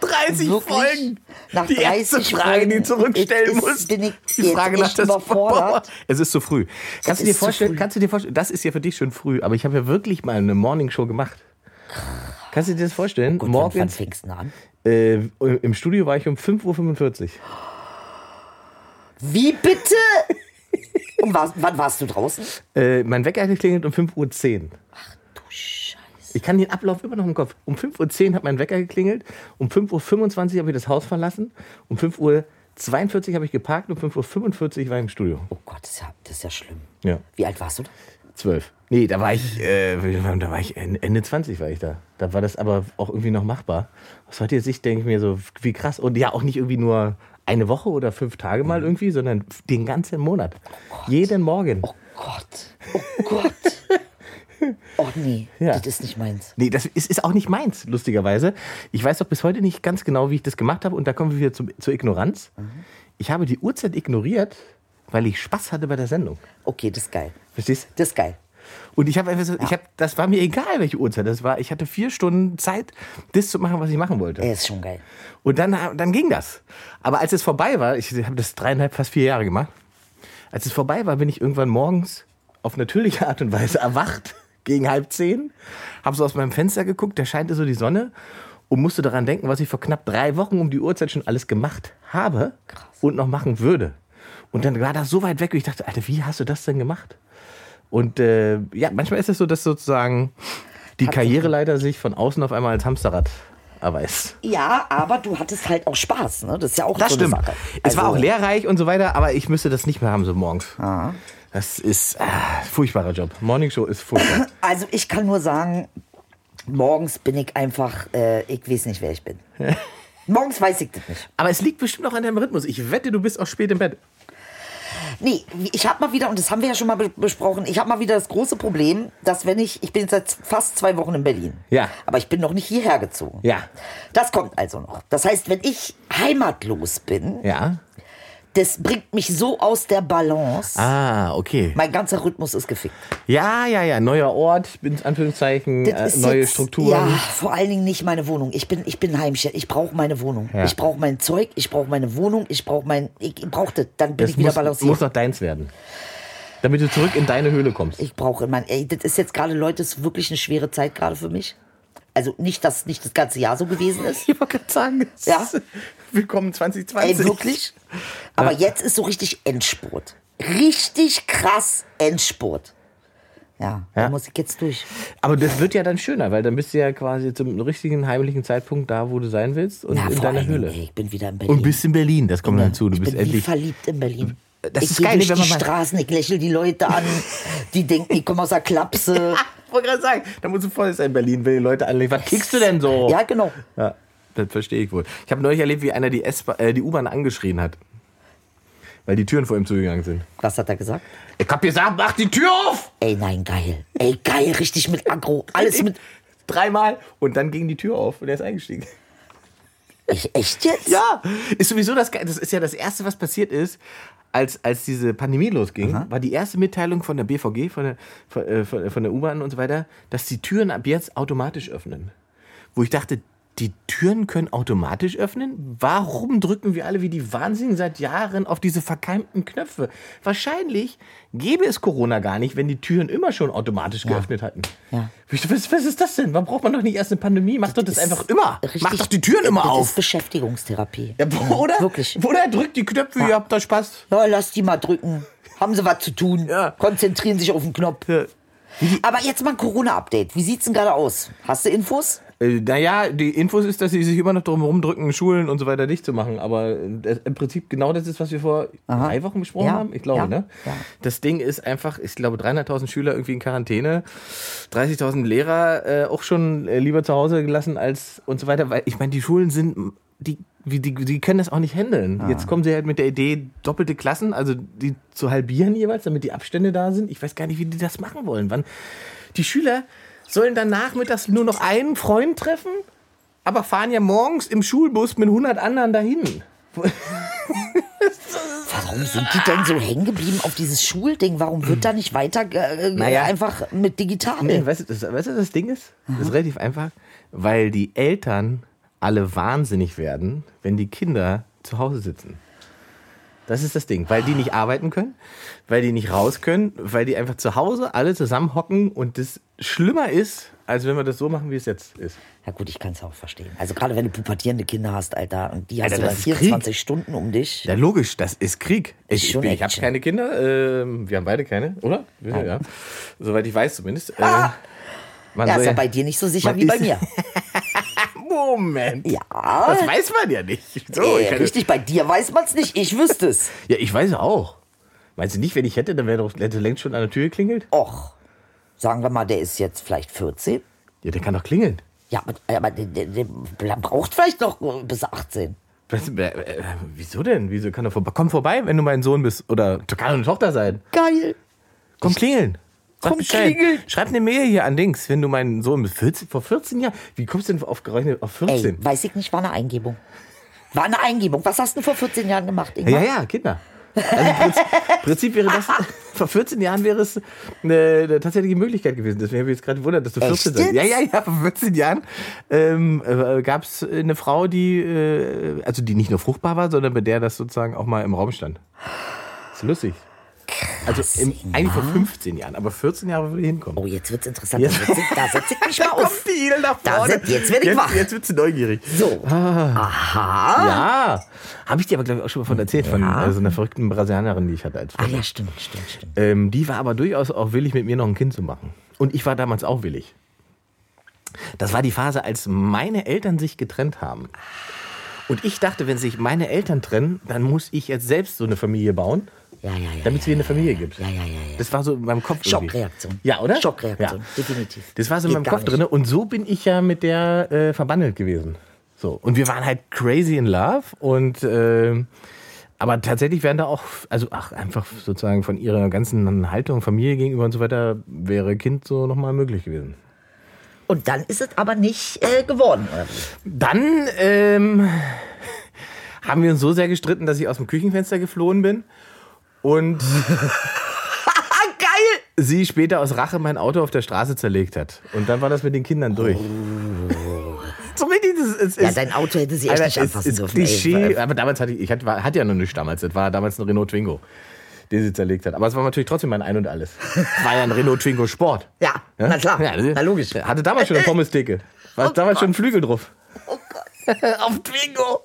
[SPEAKER 2] 30
[SPEAKER 4] Wirklich? Nach 30 Folgen ist- ist- bin ich jetzt echt überfordert.
[SPEAKER 2] Es ist zu früh. Kannst du, dir
[SPEAKER 4] ist zu
[SPEAKER 2] vorstellen,
[SPEAKER 4] früh.
[SPEAKER 2] kannst du dir vorstellen, das ist ja für dich schon früh, aber ich habe ja wirklich mal eine Morningshow gemacht. Kannst du dir das vorstellen?
[SPEAKER 4] Gut, wann- wann
[SPEAKER 2] Morgens,
[SPEAKER 4] fängst du denn an?
[SPEAKER 2] äh, im Studio war ich um 5.45 Uhr.
[SPEAKER 4] Wie bitte? *laughs* Und war, wann warst du draußen?
[SPEAKER 2] Äh, mein Wecker hat geklingelt um 5.10 Uhr.
[SPEAKER 4] Du Scheiße. krass.
[SPEAKER 2] Ich kann den Ablauf immer noch im Kopf. Um 5.10 Uhr hat mein Wecker geklingelt, um 5.25 Uhr habe ich das Haus verlassen, um 5.42 Uhr habe ich geparkt, um 5.45 Uhr war ich im Studio.
[SPEAKER 4] Oh Gott, das ist ja, das ist ja schlimm.
[SPEAKER 2] Ja.
[SPEAKER 4] Wie alt warst du da?
[SPEAKER 2] Zwölf. Nee, da war ich, äh, da war ich Ende 20 war ich da. Da war das aber auch irgendwie noch machbar. Aus heutiger Sicht denke ich mir so, wie krass. Und ja, auch nicht irgendwie nur eine Woche oder fünf Tage
[SPEAKER 4] Mhm.
[SPEAKER 2] mal irgendwie, sondern den ganzen Monat. Jeden Morgen.
[SPEAKER 4] Oh Gott. Oh Gott. *laughs* oh nee,
[SPEAKER 2] Ja.
[SPEAKER 4] das ist nicht meins.
[SPEAKER 2] Nee, das ist, ist auch nicht meins, lustigerweise. Ich weiß doch bis heute nicht ganz genau, wie ich das gemacht habe. Und da kommen wir wieder zum, zur Ignoranz. Ich habe die Uhrzeit ignoriert, weil ich Spaß hatte bei der Sendung.
[SPEAKER 4] Okay, das ist geil.
[SPEAKER 2] Verstehst
[SPEAKER 4] Das ist geil.
[SPEAKER 2] Und ich habe einfach so, ich habe, das war mir egal, welche Uhrzeit das war. Ich hatte vier Stunden Zeit, das zu machen, was ich machen wollte.
[SPEAKER 4] Er ist schon geil.
[SPEAKER 2] Und dann, dann ging das. Aber als es vorbei war, ich habe das dreieinhalb, fast vier Jahre gemacht. Als es vorbei war, bin ich irgendwann morgens auf natürliche Art und Weise erwacht, *laughs* gegen halb zehn, habe so aus meinem Fenster geguckt, da scheinte so die Sonne und musste daran denken, was ich vor knapp drei Wochen um die Uhrzeit schon alles gemacht habe und noch machen würde. Und dann war das so weit weg, und ich dachte, Alter, wie hast du das denn gemacht? Und äh, ja, manchmal ist es so, dass sozusagen die Karriereleiter sich von außen auf einmal als Hamsterrad erweist.
[SPEAKER 4] Ja, aber du hattest halt auch Spaß, ne? Das ist ja auch
[SPEAKER 2] Das
[SPEAKER 4] so
[SPEAKER 2] stimmt.
[SPEAKER 4] Eine Sache.
[SPEAKER 2] es war
[SPEAKER 4] Also,
[SPEAKER 2] auch lehrreich und so weiter, aber ich müsste das nicht mehr haben so morgens.
[SPEAKER 4] Ah.
[SPEAKER 2] Das ist ah, furchtbarer Job. Morning Show ist furchtbar.
[SPEAKER 4] Also ich kann nur sagen, morgens bin ich einfach, äh, ich weiß nicht, wer ich
[SPEAKER 2] *laughs*
[SPEAKER 4] bin. morgens weiß ich das nicht.
[SPEAKER 2] *laughs* aber es liegt bestimmt auch an deinem Rhythmus. Ich wette, du bist auch spät im Bett.
[SPEAKER 4] Nee, ich habe mal wieder, und das haben wir ja schon mal be besprochen, ich habe mal wieder das große Problem, dass wenn ich, ich bin jetzt seit fast zwei Wochen in Berlin.
[SPEAKER 2] Ja.
[SPEAKER 4] Aber ich bin noch nicht hierher gezogen.
[SPEAKER 2] Ja.
[SPEAKER 4] Das kommt also noch. Das heißt, wenn ich heimatlos bin,
[SPEAKER 2] Ja.
[SPEAKER 4] das bringt mich so aus der Balance.
[SPEAKER 2] Ah, okay.
[SPEAKER 4] Mein ganzer Rhythmus ist gefickt.
[SPEAKER 2] Ja, ja, ja. Neuer Ort, in Anführungszeichen, äh,
[SPEAKER 4] Das ist
[SPEAKER 2] neue ne?
[SPEAKER 4] jetzt-
[SPEAKER 2] Strukturen.
[SPEAKER 4] Ja, vor allen Dingen nicht meine Wohnung. Ich bin, ich bin heimisch. Ich brauche meine Wohnung.
[SPEAKER 2] Ja.
[SPEAKER 4] Ich brauche mein Zeug. Ich brauche meine Wohnung. Ich brauche mein. Ich brauche das. Dann bin
[SPEAKER 2] Das
[SPEAKER 4] ich wieder
[SPEAKER 2] muss,
[SPEAKER 4] balanciert.
[SPEAKER 2] muss noch deins werden. Damit du zurück in deine Höhle kommst.
[SPEAKER 4] ich brauche mein. Ey, das ist jetzt gerade, Leute, ist wirklich eine schwere Zeit gerade für mich. Also nicht, dass nicht das ganze Jahr so gewesen
[SPEAKER 2] *laughs*
[SPEAKER 4] ist.
[SPEAKER 2] Ich wollte gerade sagen, das
[SPEAKER 4] Ja.
[SPEAKER 2] ist- willkommen 2020.
[SPEAKER 4] Ey, wirklich? Aber jetzt ist so richtig Endspurt. Richtig krass Endspurt. Ja,
[SPEAKER 2] Ja.
[SPEAKER 4] da muss ich jetzt durch.
[SPEAKER 2] Aber das wird ja dann schöner, weil dann bist du ja quasi zum richtigen heimlichen Zeitpunkt da, wo du sein willst und
[SPEAKER 4] Na,
[SPEAKER 2] in
[SPEAKER 4] vor
[SPEAKER 2] deiner
[SPEAKER 4] allen Dingen,
[SPEAKER 2] Höhle.
[SPEAKER 4] ey, Ich bin wieder in Berlin.
[SPEAKER 2] Und bist in Berlin, das kommt dazu. Du
[SPEAKER 4] ich
[SPEAKER 2] bist
[SPEAKER 4] bin wie
[SPEAKER 2] endlich.
[SPEAKER 4] verliebt in Berlin.
[SPEAKER 2] Das
[SPEAKER 4] ich
[SPEAKER 2] ist
[SPEAKER 4] gehe
[SPEAKER 2] geil,
[SPEAKER 4] durch
[SPEAKER 2] wenn man
[SPEAKER 4] die
[SPEAKER 2] mal-
[SPEAKER 4] Straßen, ich lächle die
[SPEAKER 2] *laughs*
[SPEAKER 4] Leute an, die denken, ich komme aus der Klapse.
[SPEAKER 2] Ich wollte gerade sagen, da musst du voll sein in Berlin, wenn die Leute anlegen. Was kickst du denn so?
[SPEAKER 4] Ja, genau.
[SPEAKER 2] Ja, das verstehe ich wohl. Ich habe neulich erlebt, wie einer die, S äh, die U-Bahn angeschrien hat. Weil die Türen vor ihm zugegangen sind.
[SPEAKER 4] Was hat er gesagt?
[SPEAKER 2] Ich hab gesagt, mach die Tür auf!
[SPEAKER 4] Ey, nein, geil. Ey, geil, richtig mit Agro. Alles mit.
[SPEAKER 2] Dreimal und dann ging die Tür auf und er ist eingestiegen.
[SPEAKER 4] Ich, echt jetzt?
[SPEAKER 2] Ja, ist sowieso das Geil. Das ist ja das Erste, was passiert ist, als, als diese Pandemie losging, war die erste Mitteilung von der BVG, von der, von, äh, von, von der U-Bahn und so weiter, dass die Türen ab jetzt automatisch öffnen. Wo ich dachte, die Türen können automatisch öffnen? Warum drücken wir alle wie die Wahnsinnigen seit Jahren auf diese verkeimten Knöpfe? Wahrscheinlich gäbe es Corona gar nicht, wenn die Türen immer schon automatisch geöffnet hatten.
[SPEAKER 4] Ja.
[SPEAKER 2] Ich dachte, Was, was ist das denn? Warum braucht man doch nicht erst eine Pandemie? Macht doch das einfach immer. Macht doch die Türen immer
[SPEAKER 4] das
[SPEAKER 2] auf.
[SPEAKER 4] ist Beschäftigungstherapie.
[SPEAKER 2] Ja, bo- oder?
[SPEAKER 4] Wirklich.
[SPEAKER 2] Oder er drückt die Knöpfe, ihr habt da Spaß.
[SPEAKER 4] Ja, lass die mal drücken. Haben sie was zu tun.
[SPEAKER 2] Ja.
[SPEAKER 4] Konzentrieren sich auf den Knopf. Aber jetzt mal ein Corona-Update. Wie sieht's denn gerade aus? Hast du Infos?
[SPEAKER 2] Äh, naja, die Infos ist, dass sie sich immer noch drum rumdrücken, Schulen und so weiter dicht zu machen. Aber äh, das, im Prinzip genau das ist, was wir vor drei Wochen besprochen
[SPEAKER 4] Ja,
[SPEAKER 2] haben. Ich glaube,
[SPEAKER 4] ja,
[SPEAKER 2] ne?
[SPEAKER 4] ja.
[SPEAKER 2] Das Ding ist einfach, ich glaube, 300.000 Schüler irgendwie in Quarantäne, 30.000 Lehrer äh, auch schon äh, lieber zu Hause gelassen als und so weiter. Weil ich meine, die Schulen sind, die, wie- die, die können das auch nicht handeln. Jetzt kommen sie halt mit der Idee, doppelte Klassen, also die zu halbieren jeweils, damit die Abstände da sind. Ich weiß gar nicht, wie die das machen wollen. Wann die Schüler sollen dann nachmittags nur noch einen Freund treffen, aber fahren ja morgens im Schulbus mit 100 anderen dahin.
[SPEAKER 4] Warum sind die denn so hängen geblieben auf dieses Schulding? Warum wird da nicht weiter äh,
[SPEAKER 2] Naja.
[SPEAKER 4] einfach mit digital?
[SPEAKER 2] Nee, weißt, du, das, weißt du, das Ding ist? Das ist relativ einfach, weil die Eltern alle wahnsinnig werden, wenn die Kinder zu Hause sitzen. Das ist das Ding, weil die nicht arbeiten können, weil die nicht raus können, weil die einfach zu Hause alle zusammen hocken und das schlimmer ist, als wenn wir das so machen, wie es jetzt ist.
[SPEAKER 4] Ja gut, ich kann es auch verstehen. Also gerade wenn du pubertierende Kinder hast, Alter, und die hast
[SPEAKER 2] Alter,
[SPEAKER 4] du
[SPEAKER 2] das
[SPEAKER 4] dann
[SPEAKER 2] ist Krieg.
[SPEAKER 4] 24 Stunden um dich.
[SPEAKER 2] Ja, logisch, das ist Krieg.
[SPEAKER 4] Ist
[SPEAKER 2] Ich, ich,
[SPEAKER 4] schon
[SPEAKER 2] bin- ich habe
[SPEAKER 4] Action.
[SPEAKER 2] keine Kinder. Ähm, wir haben beide keine, oder? Ja, ja. Soweit ich weiß zumindest. Äh, Man
[SPEAKER 4] Ah! ja,
[SPEAKER 2] soll
[SPEAKER 4] ist ja
[SPEAKER 2] ja-
[SPEAKER 4] bei dir nicht so sicher
[SPEAKER 2] man
[SPEAKER 4] wie bei
[SPEAKER 2] ist-
[SPEAKER 4] mir.
[SPEAKER 2] Moment. *laughs*
[SPEAKER 4] Ja.
[SPEAKER 2] Das weiß man ja nicht. So, Oh, ich
[SPEAKER 4] Äh,
[SPEAKER 2] kann-
[SPEAKER 4] richtig, bei dir weiß man es nicht. Ich wüsste es.
[SPEAKER 2] Ja, ich weiß auch. Meinst du nicht, wenn ich hätte, dann wäre doch hätte längst schon an der Tür geklingelt?
[SPEAKER 4] Och, sagen wir mal, der ist jetzt vielleicht 14.
[SPEAKER 2] Ja, der kann doch klingeln.
[SPEAKER 4] Ja, aber, äh, aber der, der, der braucht vielleicht noch äh, bis 18.
[SPEAKER 2] Was, äh, äh, wieso denn? Wieso kann er vorbei? Komm vorbei, wenn du mein Sohn bist. Oder du kann eine Tochter sein.
[SPEAKER 4] Geil.
[SPEAKER 2] Komm klingeln. Sag
[SPEAKER 4] Komm
[SPEAKER 2] Bescheid.
[SPEAKER 4] klingeln.
[SPEAKER 2] Schreib eine Mail hier an Dings, wenn du meinen Sohn bist. 14, vor 14 Jahren? Wie kommst du denn auf, gerechnet auf
[SPEAKER 4] Ey,
[SPEAKER 2] 14?
[SPEAKER 4] weiß ich nicht, war eine Eingebung. War eine Eingebung. Was hast du vor 14 Jahren gemacht, Ingmar?
[SPEAKER 2] ja, ja, Kinder. Also im Prinzip, Prinzip wäre
[SPEAKER 4] *laughs*
[SPEAKER 2] das, vor 14 Jahren wäre es eine, eine tatsächliche Möglichkeit gewesen. Deswegen habe ich jetzt gerade gewundert, dass du 14
[SPEAKER 4] Echt
[SPEAKER 2] bist. Ja, ja, ja, vor 14 Jahren ähm, äh, gab es eine Frau, die, äh, also die nicht nur fruchtbar war, sondern bei der das sozusagen auch mal im Raum stand. Ist lustig. also im, eigentlich vor 15 Jahren, aber 14 Jahre würde ich hinkommen.
[SPEAKER 4] Oh, jetzt wird's interessant.
[SPEAKER 2] Jetzt-
[SPEAKER 4] Da setze ich, da setz ich mich mal
[SPEAKER 2] *laughs*
[SPEAKER 4] auf.
[SPEAKER 2] die Idel nach
[SPEAKER 4] Da sind- jetzt werd ich
[SPEAKER 2] jetzt,
[SPEAKER 4] wach. Ah.
[SPEAKER 2] Jetzt wird sie neugierig.
[SPEAKER 4] So. Aha.
[SPEAKER 2] Ja, habe ich dir aber, glaube ich, auch schon mal von erzählt, von äh, so einer verrückten Brasilianerin, die ich hatte als
[SPEAKER 4] Ah
[SPEAKER 2] Freundin.
[SPEAKER 4] ja, stimmt, stimmt, stimmt.
[SPEAKER 2] Ähm, die war aber durchaus auch willig, mit mir noch ein Kind zu machen. Und ich war damals auch willig. Das war die Phase, als meine Eltern sich getrennt haben. Und ich dachte, wenn sich meine Eltern trennen, dann muss ich jetzt selbst so eine Familie bauen,
[SPEAKER 4] Ja, ja, ja.
[SPEAKER 2] damit es wieder eine Familie gibt.
[SPEAKER 4] Ja, ja, ja, ja.
[SPEAKER 2] Das war so in meinem Kopf. irgendwie.
[SPEAKER 4] Schockreaktion.
[SPEAKER 2] Ja, oder?
[SPEAKER 4] Schockreaktion,
[SPEAKER 2] Ja.
[SPEAKER 4] definitiv.
[SPEAKER 2] Das war so in
[SPEAKER 4] Geht
[SPEAKER 2] meinem
[SPEAKER 4] gar
[SPEAKER 2] Kopf
[SPEAKER 4] nicht.
[SPEAKER 2] drin. Und so bin ich ja mit der äh, verbandelt gewesen. So. Und wir waren halt crazy in love. Und ähm, aber tatsächlich wären da auch, also ach, einfach sozusagen von ihrer ganzen Haltung, Familie gegenüber und so weiter, wäre Kind so nochmal möglich gewesen.
[SPEAKER 4] Und dann ist es aber nicht äh, geworden.
[SPEAKER 2] *laughs*
[SPEAKER 4] Oder? wie?
[SPEAKER 2] Dann ähm, *laughs* haben wir uns so sehr gestritten, dass ich aus dem Küchenfenster geflohen bin. Und
[SPEAKER 4] Ah, geil!
[SPEAKER 2] sie später aus Rache mein Auto auf der Straße zerlegt hat. Und dann war das mit den Kindern durch. *laughs* so richtig, das ist,
[SPEAKER 4] Oh. Ja,
[SPEAKER 2] ist-
[SPEAKER 4] dein Auto hätte sie echt
[SPEAKER 2] Alter,
[SPEAKER 4] nicht anfassen
[SPEAKER 2] ist, ist
[SPEAKER 4] dürfen. ey.
[SPEAKER 2] Klischee, aber damals hatte ich, ich hatte, war, hatte ja noch nichts damals. Das war damals ein Renault Twingo, den sie zerlegt hat. Aber es war natürlich trotzdem mein Ein und
[SPEAKER 4] *laughs*
[SPEAKER 2] Alles. Es war ja ein Renault Twingo Sport.
[SPEAKER 4] Ja, na klar.
[SPEAKER 2] das-
[SPEAKER 4] Na logisch.
[SPEAKER 2] Hatte damals schon eine Pommesdicke. War damals schon ein Flügel drauf.
[SPEAKER 4] Oh Gott.
[SPEAKER 2] *laughs* Auf Twingo.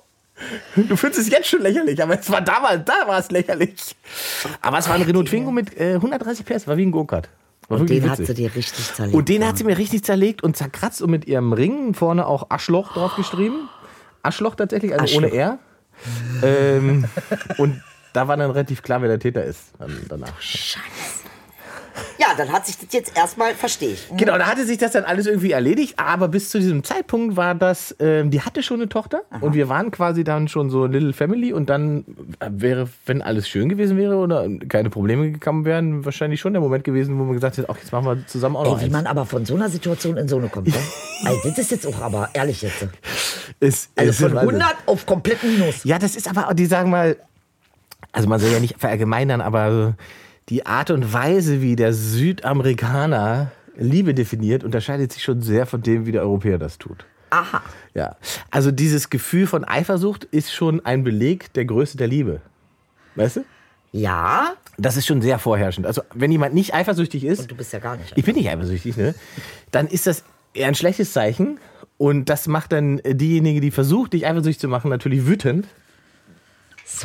[SPEAKER 2] Du findest es jetzt schon lächerlich, aber es war damals, da war es lächerlich. Aber es war ein Renault Twingo mit äh, 130 PS, war wie ein Go-Kart. War wirklich
[SPEAKER 4] Den hat
[SPEAKER 2] witzig.
[SPEAKER 4] sie dir richtig zerlegt.
[SPEAKER 2] Und den hat sie mir richtig zerlegt und zerkratzt und mit ihrem Ring vorne auch Aschloch drauf geschrieben. Aschloch tatsächlich, also ohne R. Ähm, und da war dann relativ klar, wer der Täter ist. Dann danach.
[SPEAKER 4] Ja, dann hat sich das jetzt erstmal, verstehe ich.
[SPEAKER 2] Genau, da hatte sich das dann alles irgendwie erledigt, aber bis zu diesem Zeitpunkt war das, ähm, die hatte schon eine Tochter und wir waren quasi dann schon so Little Family und dann äh, wäre, wenn alles schön gewesen wäre oder keine Probleme gekommen wären, wahrscheinlich schon der Moment gewesen, wo man gesagt hätte, ach, Oh, jetzt machen wir zusammen auch noch
[SPEAKER 4] Ey, wie
[SPEAKER 2] eins.
[SPEAKER 4] man aber von so einer Situation in so eine kommt.
[SPEAKER 2] *laughs*
[SPEAKER 4] Ne? also, das ist jetzt auch aber, ehrlich jetzt.
[SPEAKER 2] Es- es ist
[SPEAKER 4] Also von
[SPEAKER 2] Wahnsinn.
[SPEAKER 4] 100 auf komplett Minus.
[SPEAKER 2] Ja, das ist aber, auch, die sagen mal, also man soll ja nicht verallgemeinern, aber so die Art und Weise, wie der Südamerikaner Liebe definiert, unterscheidet sich schon sehr von dem, wie der Europäer das tut.
[SPEAKER 4] Aha.
[SPEAKER 2] Ja. Also dieses Gefühl von Eifersucht ist schon ein Beleg der Größe der Liebe. Weißt du?
[SPEAKER 4] Ja,
[SPEAKER 2] Das ist schon sehr vorherrschend. Also wenn jemand nicht eifersüchtig ist,
[SPEAKER 4] und du bist ja gar nicht.
[SPEAKER 2] ich bin nicht eifersüchtig, ne? Dann ist das eher ein schlechtes Zeichen. Und das macht dann äh, diejenige, die versucht, dich eifersüchtig zu machen, natürlich wütend.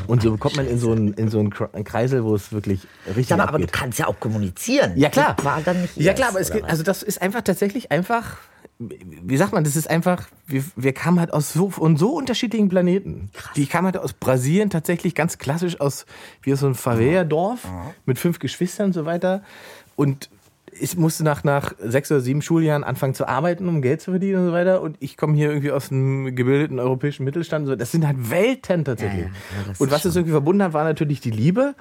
[SPEAKER 2] und so kommt man in so einen, in so einen Kre- einen Kreisel, wo es wirklich richtig
[SPEAKER 4] Sag mal, aber du
[SPEAKER 2] abgeht.
[SPEAKER 4] kannst ja auch kommunizieren.
[SPEAKER 2] ja klar.
[SPEAKER 4] Das war dann nicht
[SPEAKER 2] ja
[SPEAKER 4] ihrs,
[SPEAKER 2] klar, aber es
[SPEAKER 4] oder
[SPEAKER 2] geht,
[SPEAKER 4] was?
[SPEAKER 2] also das ist einfach tatsächlich einfach. Wie sagt man? Das ist einfach. Wir, wir kamen halt aus so von so unterschiedlichen Planeten. Die kamen halt aus Brasilien tatsächlich ganz klassisch aus wie aus so einem Favela-Dorf mit fünf Geschwistern und so weiter. Und ich musste nach, nach sechs oder sieben Schuljahren anfangen zu arbeiten, um Geld zu verdienen und so weiter. Und ich komme hier irgendwie aus einem gebildeten europäischen Mittelstand. und So, das sind halt Welten tatsächlich. und was es irgendwie verbunden hat, war natürlich die Liebe.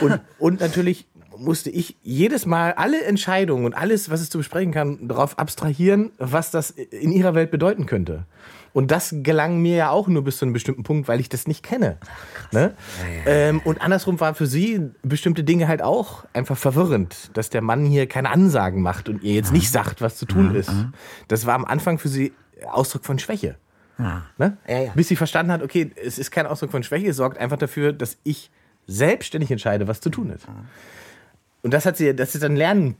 [SPEAKER 2] und, und natürlich musste ich jedes Mal alle Entscheidungen und alles, was es zu besprechen kann, darauf abstrahieren, was das in ihrer Welt bedeuten könnte. Und das gelang mir ja auch nur bis zu einem bestimmten Punkt, weil ich das nicht kenne. Ne? Ähm, und andersrum waren für sie bestimmte Dinge halt auch einfach verwirrend, dass der Mann hier keine Ansagen macht und ihr jetzt nicht sagt, was zu tun ist. Das war am Anfang für sie Ausdruck von Schwäche. Ne?
[SPEAKER 4] Ja, ja.
[SPEAKER 2] Bis sie verstanden hat, okay, es ist kein Ausdruck von Schwäche, es sorgt einfach dafür, dass ich
[SPEAKER 4] Mhm.
[SPEAKER 2] selbstständig entscheide, was zu tun ist. Und das hat sie, das ist ein Lernen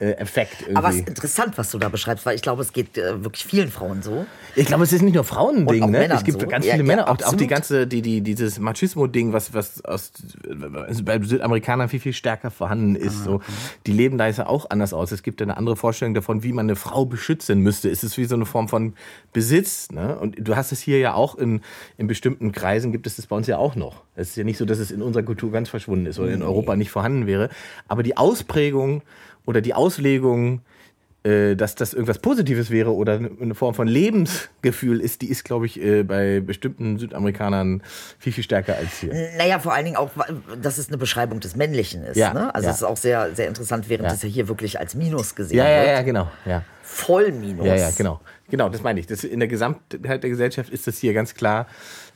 [SPEAKER 2] äh, Effekt irgendwie.
[SPEAKER 4] Aber es ist interessant, was du da beschreibst, weil ich glaube, es geht äh, wirklich vielen Frauen so.
[SPEAKER 2] Ich glaube, es ist nicht nur Frauending,
[SPEAKER 4] Und auch
[SPEAKER 2] ne?
[SPEAKER 4] Männern
[SPEAKER 2] es gibt
[SPEAKER 4] so.
[SPEAKER 2] ganz
[SPEAKER 4] Ja,
[SPEAKER 2] viele
[SPEAKER 4] ja,
[SPEAKER 2] Männer, auch, auch die
[SPEAKER 4] absolut.
[SPEAKER 2] ganze, die, die, dieses Machismo-Ding, was, was aus, also bei Südamerikanern viel, viel stärker vorhanden
[SPEAKER 4] Ah,
[SPEAKER 2] ist. so. Die leben da ist ja auch anders aus. Es gibt ja eine andere Vorstellung davon, wie man eine Frau beschützen müsste. Es ist wie so eine Form von Besitz. Ne? Und du hast es hier ja auch in, in bestimmten Kreisen, gibt es das bei uns ja auch noch. Es ist ja nicht so, dass es in unserer Kultur ganz verschwunden ist oder in Europa nicht vorhanden wäre. Aber die Ausprägung oder die Auslegung äh, dass das irgendwas Positives wäre oder eine Form von Lebensgefühl ist, die ist, glaube ich, äh, bei bestimmten Südamerikanern viel, viel stärker als hier.
[SPEAKER 4] Naja, vor allen Dingen auch, dass es eine Beschreibung des Männlichen ist.
[SPEAKER 2] Ja,
[SPEAKER 4] Ne? Also
[SPEAKER 2] ja.
[SPEAKER 4] es ist auch sehr, sehr interessant, während
[SPEAKER 2] Ja.
[SPEAKER 4] das ja hier wirklich als Minus gesehen
[SPEAKER 2] Ja,
[SPEAKER 4] wird.
[SPEAKER 2] ja, ja, genau. Ja,
[SPEAKER 4] Voll Minus.
[SPEAKER 2] ja, ja genau. Genau, das meine ich. Das in der Gesamtheit der Gesellschaft ist das hier ganz klar,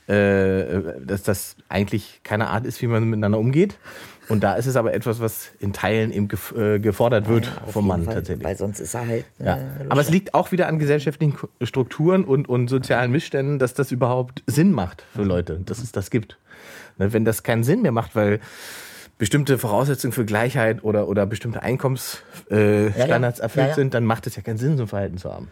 [SPEAKER 2] äh, dass das eigentlich keine Art ist, wie man miteinander umgeht. Und da ist es aber etwas, was in Teilen eben gef äh, gefordert wird vom Mann
[SPEAKER 4] Weil,
[SPEAKER 2] tatsächlich.
[SPEAKER 4] weil sonst ist er halt.
[SPEAKER 2] Ja.
[SPEAKER 4] äh,
[SPEAKER 2] Aber es liegt auch wieder an gesellschaftlichen Ko- Strukturen und, und sozialen Missständen, dass das überhaupt Sinn macht für Leute, dass es das gibt. Ne, wenn das keinen Sinn mehr macht, weil bestimmte Voraussetzungen für Gleichheit oder, oder bestimmte Einkommensstandards äh, Standards
[SPEAKER 4] Ja, ja.
[SPEAKER 2] erfüllt
[SPEAKER 4] Ja, ja.
[SPEAKER 2] sind, dann macht es ja keinen Sinn, so ein Verhalten zu haben.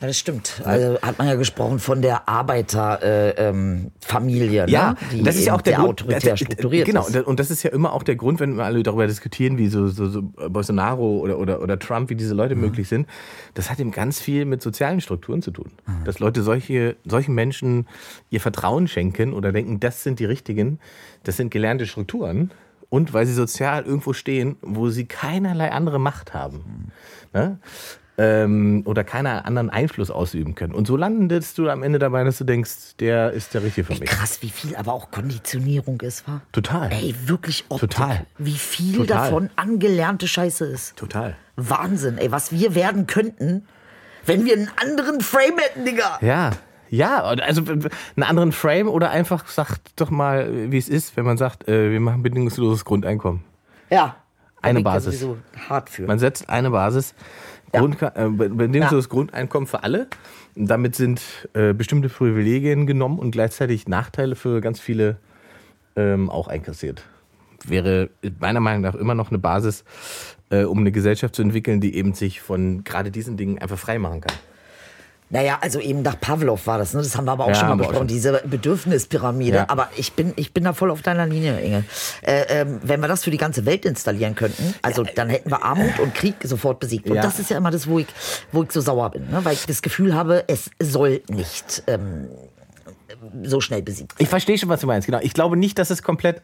[SPEAKER 4] Ja, das stimmt. Also hat man ja gesprochen von der Arbeiterfamilie, äh, ähm, Familie, ne? die
[SPEAKER 2] das ist ja
[SPEAKER 4] eben
[SPEAKER 2] auch der
[SPEAKER 4] sehr
[SPEAKER 2] Grund,
[SPEAKER 4] autoritär
[SPEAKER 2] das- das-
[SPEAKER 4] strukturiert
[SPEAKER 2] Genau,
[SPEAKER 4] ist.
[SPEAKER 2] und das ist ja immer auch der Grund, wenn wir alle darüber diskutieren, wie so, so, so Bolsonaro oder, oder, oder Trump, wie diese
[SPEAKER 4] Mhm.
[SPEAKER 2] Leute möglich sind. Das hat eben ganz viel mit sozialen Strukturen zu tun.
[SPEAKER 4] Mhm.
[SPEAKER 2] Dass Leute solche, solchen Menschen ihr Vertrauen schenken oder denken, das sind die richtigen, das sind gelernte Strukturen. Und weil sie sozial irgendwo stehen, wo sie keinerlei andere Macht haben.
[SPEAKER 4] Mhm.
[SPEAKER 2] Ne? Ähm, oder keiner anderen Einfluss ausüben können. Und so landest du am Ende dabei, dass du denkst, der ist der Richtige für mich.
[SPEAKER 4] Krass, wie viel aber auch Konditionierung ist, war.
[SPEAKER 2] Total.
[SPEAKER 4] Ey, wirklich Optik.
[SPEAKER 2] Total.
[SPEAKER 4] Wie viel
[SPEAKER 2] Total.
[SPEAKER 4] davon angelernte Scheiße ist.
[SPEAKER 2] Total.
[SPEAKER 4] Wahnsinn, ey, was wir werden könnten, wenn wir einen anderen Frame hätten, Digga.
[SPEAKER 2] Ja. Ja, und also w- w- einen anderen Frame oder einfach sagt doch mal, äh, wie es ist, wenn man sagt, äh, wir machen bedingungsloses Grundeinkommen.
[SPEAKER 4] Ja.
[SPEAKER 2] Eine
[SPEAKER 4] Da bin ich ja
[SPEAKER 2] Basis.
[SPEAKER 4] Sowieso hart für.
[SPEAKER 2] Man setzt eine Basis, Grund, äh, be- bedingungsloses Grundeinkommen für alle. Und damit sind äh, bestimmte Privilegien genommen und gleichzeitig Nachteile für ganz viele ähm, auch einkassiert. Wäre meiner Meinung nach immer noch eine Basis, äh, um eine Gesellschaft zu entwickeln, die eben sich von gerade diesen Dingen einfach frei machen kann.
[SPEAKER 4] Naja, also eben nach Pavlov war das, ne? Das haben wir aber auch
[SPEAKER 2] Ja,
[SPEAKER 4] schon mal
[SPEAKER 2] haben wir auch
[SPEAKER 4] besprochen,
[SPEAKER 2] schon.
[SPEAKER 4] diese Bedürfnispyramide.
[SPEAKER 2] Ja.
[SPEAKER 4] Aber ich bin, ich bin da voll auf deiner Linie, Inge. Äh, ähm, wenn wir das für die ganze Welt installieren könnten, also dann hätten wir Armut und Krieg sofort besiegt. Und
[SPEAKER 2] Ja.
[SPEAKER 4] das ist ja immer das, wo ich, wo ich so sauer bin, ne? weil ich das Gefühl habe, es soll nicht ähm, so schnell besiegt
[SPEAKER 2] Ich verstehe schon, was du meinst, genau. Ich glaube nicht, dass es komplett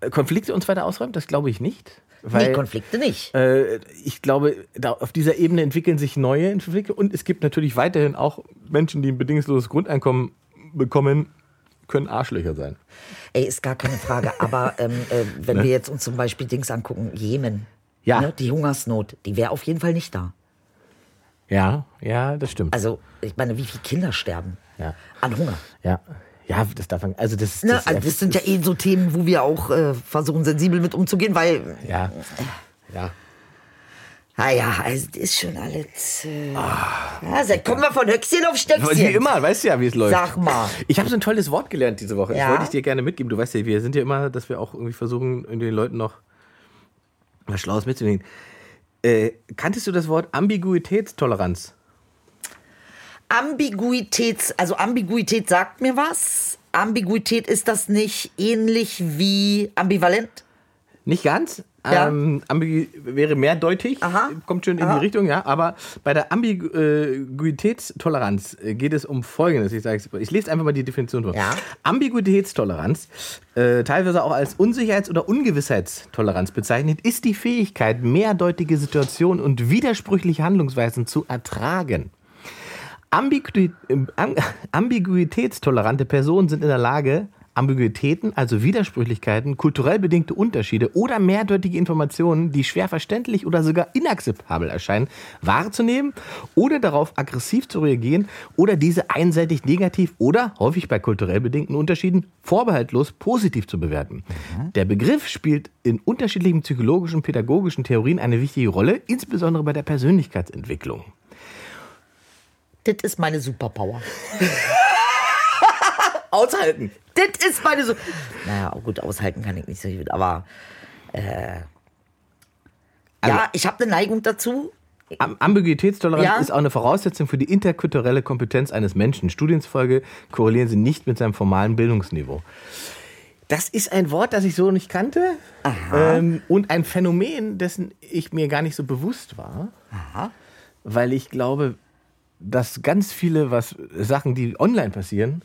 [SPEAKER 2] äh, Konflikte und so weiter ausräumt, das glaube ich nicht.
[SPEAKER 4] werden.
[SPEAKER 2] Weil
[SPEAKER 4] Nee, Konflikte nicht.
[SPEAKER 2] äh, ich glaube, da, auf dieser Ebene entwickeln sich neue Konflikte und es gibt natürlich weiterhin auch Menschen, die ein bedingungsloses Grundeinkommen bekommen, können Arschlöcher sein.
[SPEAKER 4] Ey, ist gar keine Frage. Aber ähm, äh, wenn wir jetzt uns zum Beispiel Dings angucken, Jemen,
[SPEAKER 2] Ne? Ja.
[SPEAKER 4] ne, die Hungersnot, die wäre auf jeden Fall nicht da.
[SPEAKER 2] Ja, ja, das stimmt.
[SPEAKER 4] Also, ich meine, wie viele Kinder sterben
[SPEAKER 2] Ja.
[SPEAKER 4] an Hunger?
[SPEAKER 2] ja. Ja, das darf man. Also das,
[SPEAKER 4] Ne?
[SPEAKER 2] das,
[SPEAKER 4] Das, also, das sind ja eh so Themen, wo wir auch äh, versuchen, sensibel mit umzugehen, weil,
[SPEAKER 2] ja. Ja.
[SPEAKER 4] naja, also, das ist schon alles. Äh, ja, seit kommen wir von Höchstchen auf Stöckchen.
[SPEAKER 2] Wie Ah. immer, weißt du ja, wie es läuft.
[SPEAKER 4] Sag mal.
[SPEAKER 2] Ich habe so ein tolles Wort gelernt diese Woche.
[SPEAKER 4] Ja?
[SPEAKER 2] Das wollte ich dir gerne mitgeben. Du weißt ja, wir sind ja immer, dass wir auch irgendwie versuchen, den Leuten noch was Schlaues mitzulegen. Äh, kanntest du das Wort Ambiguitätstoleranz?
[SPEAKER 4] Ambiguitäts, also Ambiguität sagt mir was. Ambiguität ist das nicht ähnlich wie ambivalent?
[SPEAKER 2] Nicht ganz.
[SPEAKER 4] Ja.
[SPEAKER 2] Ähm, ambigu wäre mehrdeutig,
[SPEAKER 4] Aha.
[SPEAKER 2] kommt schon in die Richtung, ja. Aber bei der Ambiguitätstoleranz äh, geht es um Folgendes. Ich, sag's, ich lese einfach mal die Definition vor.
[SPEAKER 4] Ja.
[SPEAKER 2] Ambiguitätstoleranz, äh, teilweise auch als Unsicherheits- oder Ungewissheitstoleranz bezeichnet, ist die Fähigkeit, mehrdeutige Situationen und widersprüchliche Handlungsweisen zu ertragen. Ambigu ähm, am- *laughs* ambiguitätstolerante Personen sind in der Lage, Ambiguitäten, also Widersprüchlichkeiten, kulturell bedingte Unterschiede oder mehrdeutige Informationen, die schwer verständlich oder sogar inakzeptabel erscheinen, wahrzunehmen oder darauf aggressiv zu reagieren oder diese einseitig negativ oder häufig bei kulturell bedingten Unterschieden vorbehaltlos positiv zu bewerten. Der Begriff spielt in unterschiedlichen psychologischen, pädagogischen Theorien eine wichtige Rolle, insbesondere bei der Persönlichkeitsentwicklung.
[SPEAKER 4] Das ist meine Superpower.
[SPEAKER 2] *laughs* Aushalten!
[SPEAKER 4] Das ist meine so. Naja, auch gut, aushalten kann ich nicht so gut, aber
[SPEAKER 2] Also
[SPEAKER 4] ja, äh, ich habe eine Neigung dazu.
[SPEAKER 2] Am- Ambiguitätstoleranz
[SPEAKER 4] Ja.
[SPEAKER 2] ist auch eine Voraussetzung für die interkulturelle Kompetenz eines Menschen. Studienfolge korrelieren sie nicht mit seinem formalen Bildungsniveau. Das ist ein Wort, das ich so nicht kannte ähm, und ein Phänomen, dessen ich mir gar nicht so bewusst war, weil ich glaube, dass ganz viele was, Sachen, die online passieren,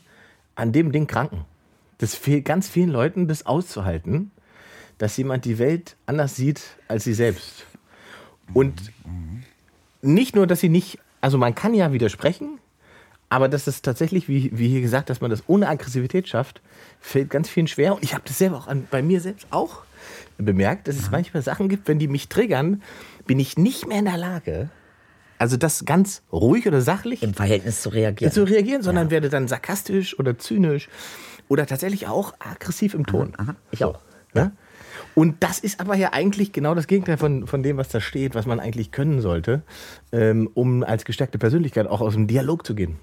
[SPEAKER 2] an dem Ding kranken. Das fehlt ganz vielen Leuten, das auszuhalten, dass jemand die Welt anders sieht als sie selbst. Und nicht nur, dass sie nicht, also man kann ja widersprechen, aber dass es tatsächlich, wie, wie hier gesagt, dass man das ohne Aggressivität schafft, fällt ganz vielen schwer. Und ich habe das selber auch an, bei mir selbst auch bemerkt, dass es manchmal Sachen gibt, wenn die mich triggern, bin ich nicht mehr in der Lage, also das ganz ruhig oder sachlich
[SPEAKER 4] Im Verhältnis zu reagieren.
[SPEAKER 2] zu reagieren, sondern werde dann sarkastisch oder zynisch oder tatsächlich auch aggressiv im Ton.
[SPEAKER 4] Ich auch.
[SPEAKER 2] So, ne? Und das ist aber ja eigentlich genau das Gegenteil von, von dem, was da steht, was man eigentlich können sollte, ähm, um als gestärkte Persönlichkeit auch aus dem Dialog zu gehen.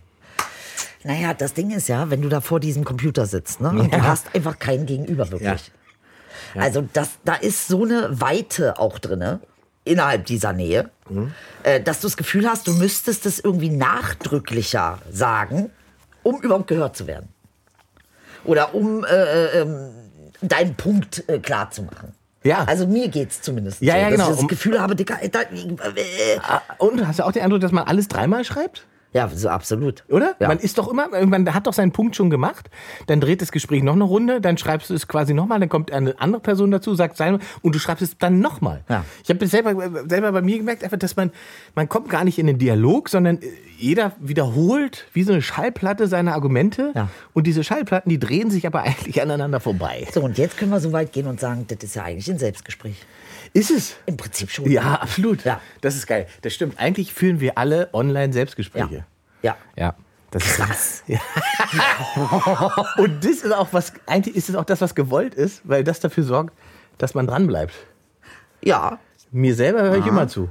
[SPEAKER 4] Naja, das Ding ist ja, wenn du da vor diesem Computer sitzt, ne? Und du
[SPEAKER 2] Ja.
[SPEAKER 4] hast einfach keinen Gegenüber wirklich. Also das, da ist so eine Weite auch drinne innerhalb dieser Nähe,
[SPEAKER 2] Mhm.
[SPEAKER 4] äh, dass du das Gefühl hast, du müsstest es irgendwie nachdrücklicher sagen, um überhaupt gehört zu werden. Oder um äh, äh, ähm, deinen Punkt äh, klar zu machen.
[SPEAKER 2] Ja.
[SPEAKER 4] Also mir geht's zumindest
[SPEAKER 2] Ja,
[SPEAKER 4] so,
[SPEAKER 2] ja,
[SPEAKER 4] dass
[SPEAKER 2] genau.
[SPEAKER 4] ich das
[SPEAKER 2] Um-
[SPEAKER 4] Gefühl habe, Dicker, Alter, äh, äh.
[SPEAKER 2] Ah, Und hast du auch den Eindruck, dass man alles dreimal schreibt?
[SPEAKER 4] ja, so absolut.
[SPEAKER 2] Oder?
[SPEAKER 4] Ja.
[SPEAKER 2] Man ist doch immer, man hat doch seinen Punkt schon gemacht, dann dreht das Gespräch noch eine Runde, dann schreibst du es quasi nochmal, dann kommt eine andere Person dazu, sagt sein und du schreibst es dann nochmal.
[SPEAKER 4] Ja.
[SPEAKER 2] Ich habe das selber, selber bei mir gemerkt, einfach, dass man, man kommt gar nicht in den Dialog, sondern äh, jeder wiederholt wie so eine Schallplatte seine Argumente
[SPEAKER 4] Ja.
[SPEAKER 2] und diese Schallplatten, die drehen sich aber eigentlich aneinander vorbei.
[SPEAKER 4] So, und jetzt können wir so weit gehen und sagen, das ist ja eigentlich ein Selbstgespräch.
[SPEAKER 2] Ist es?
[SPEAKER 4] Im Prinzip schon.
[SPEAKER 2] Ja, absolut.
[SPEAKER 4] Ja.
[SPEAKER 2] Das ist geil. Das stimmt. Eigentlich führen wir alle online Selbstgespräche.
[SPEAKER 4] Ja. ja.
[SPEAKER 2] Ja. Das ist
[SPEAKER 4] Krass.
[SPEAKER 2] *laughs* Ja. *laughs* Und das ist auch was, eigentlich ist es auch das, was gewollt ist, weil das dafür sorgt, dass man dranbleibt.
[SPEAKER 4] Ja. *laughs*
[SPEAKER 2] Mir selber höre ich immer zu.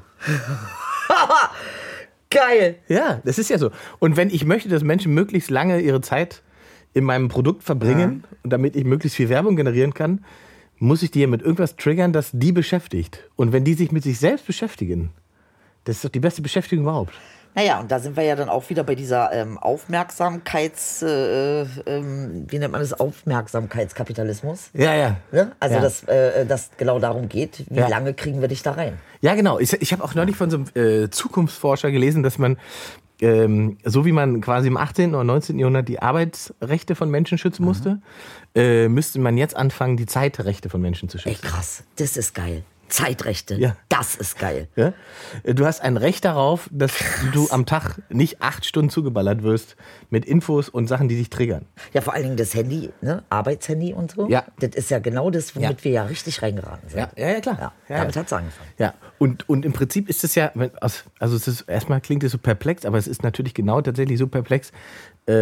[SPEAKER 4] Geil.
[SPEAKER 2] Ja, das ist ja so. Und wenn ich möchte, dass Menschen möglichst lange ihre Zeit in meinem Produkt verbringen, und damit ich möglichst viel Werbung generieren kann, muss ich die ja mit irgendwas triggern, das die beschäftigt. Und wenn die sich mit sich selbst beschäftigen, das ist doch die beste Beschäftigung überhaupt.
[SPEAKER 4] Naja, und da sind wir ja dann auch wieder bei dieser ähm, Aufmerksamkeits, äh, ähm, wie nennt man das, Aufmerksamkeitskapitalismus.
[SPEAKER 2] Ja, ja.
[SPEAKER 4] Ne? Also,
[SPEAKER 2] ja.
[SPEAKER 4] dass äh, das genau darum geht, wie
[SPEAKER 2] Ja.
[SPEAKER 4] lange kriegen wir dich da rein?
[SPEAKER 2] Ja, genau. Ich, ich habe auch neulich von so einem äh, Zukunftsforscher gelesen, dass man, ähm, so wie man quasi im 18. oder 19. Jahrhundert die Arbeitsrechte von Menschen schützen musste, äh, müsste man jetzt anfangen, die Zeitrechte von Menschen zu
[SPEAKER 4] Ey,
[SPEAKER 2] schützen.
[SPEAKER 4] krass, das ist geil. Zeitrechte,
[SPEAKER 2] Ja.
[SPEAKER 4] das ist geil.
[SPEAKER 2] Ja? Äh, Du hast ein Recht darauf, dass du am Tag nicht acht Stunden zugeballert wirst mit Infos und Sachen, die dich triggern.
[SPEAKER 4] Ja, vor allen Dingen das Handy, ne? Arbeitshandy und so.
[SPEAKER 2] Ja.
[SPEAKER 4] Das ist ja genau das, womit
[SPEAKER 2] Ja.
[SPEAKER 4] wir ja richtig reingeraten sind.
[SPEAKER 2] Ja, ja, ja, klar.
[SPEAKER 4] Ja,
[SPEAKER 2] Ja,
[SPEAKER 4] damit
[SPEAKER 2] ja.
[SPEAKER 4] hat's angefangen.
[SPEAKER 2] Ja, und, und im Prinzip ist es ja, wenn- aus- also es ist, erstmal klingt es so perplex, aber es ist natürlich genau tatsächlich so perplex, äh,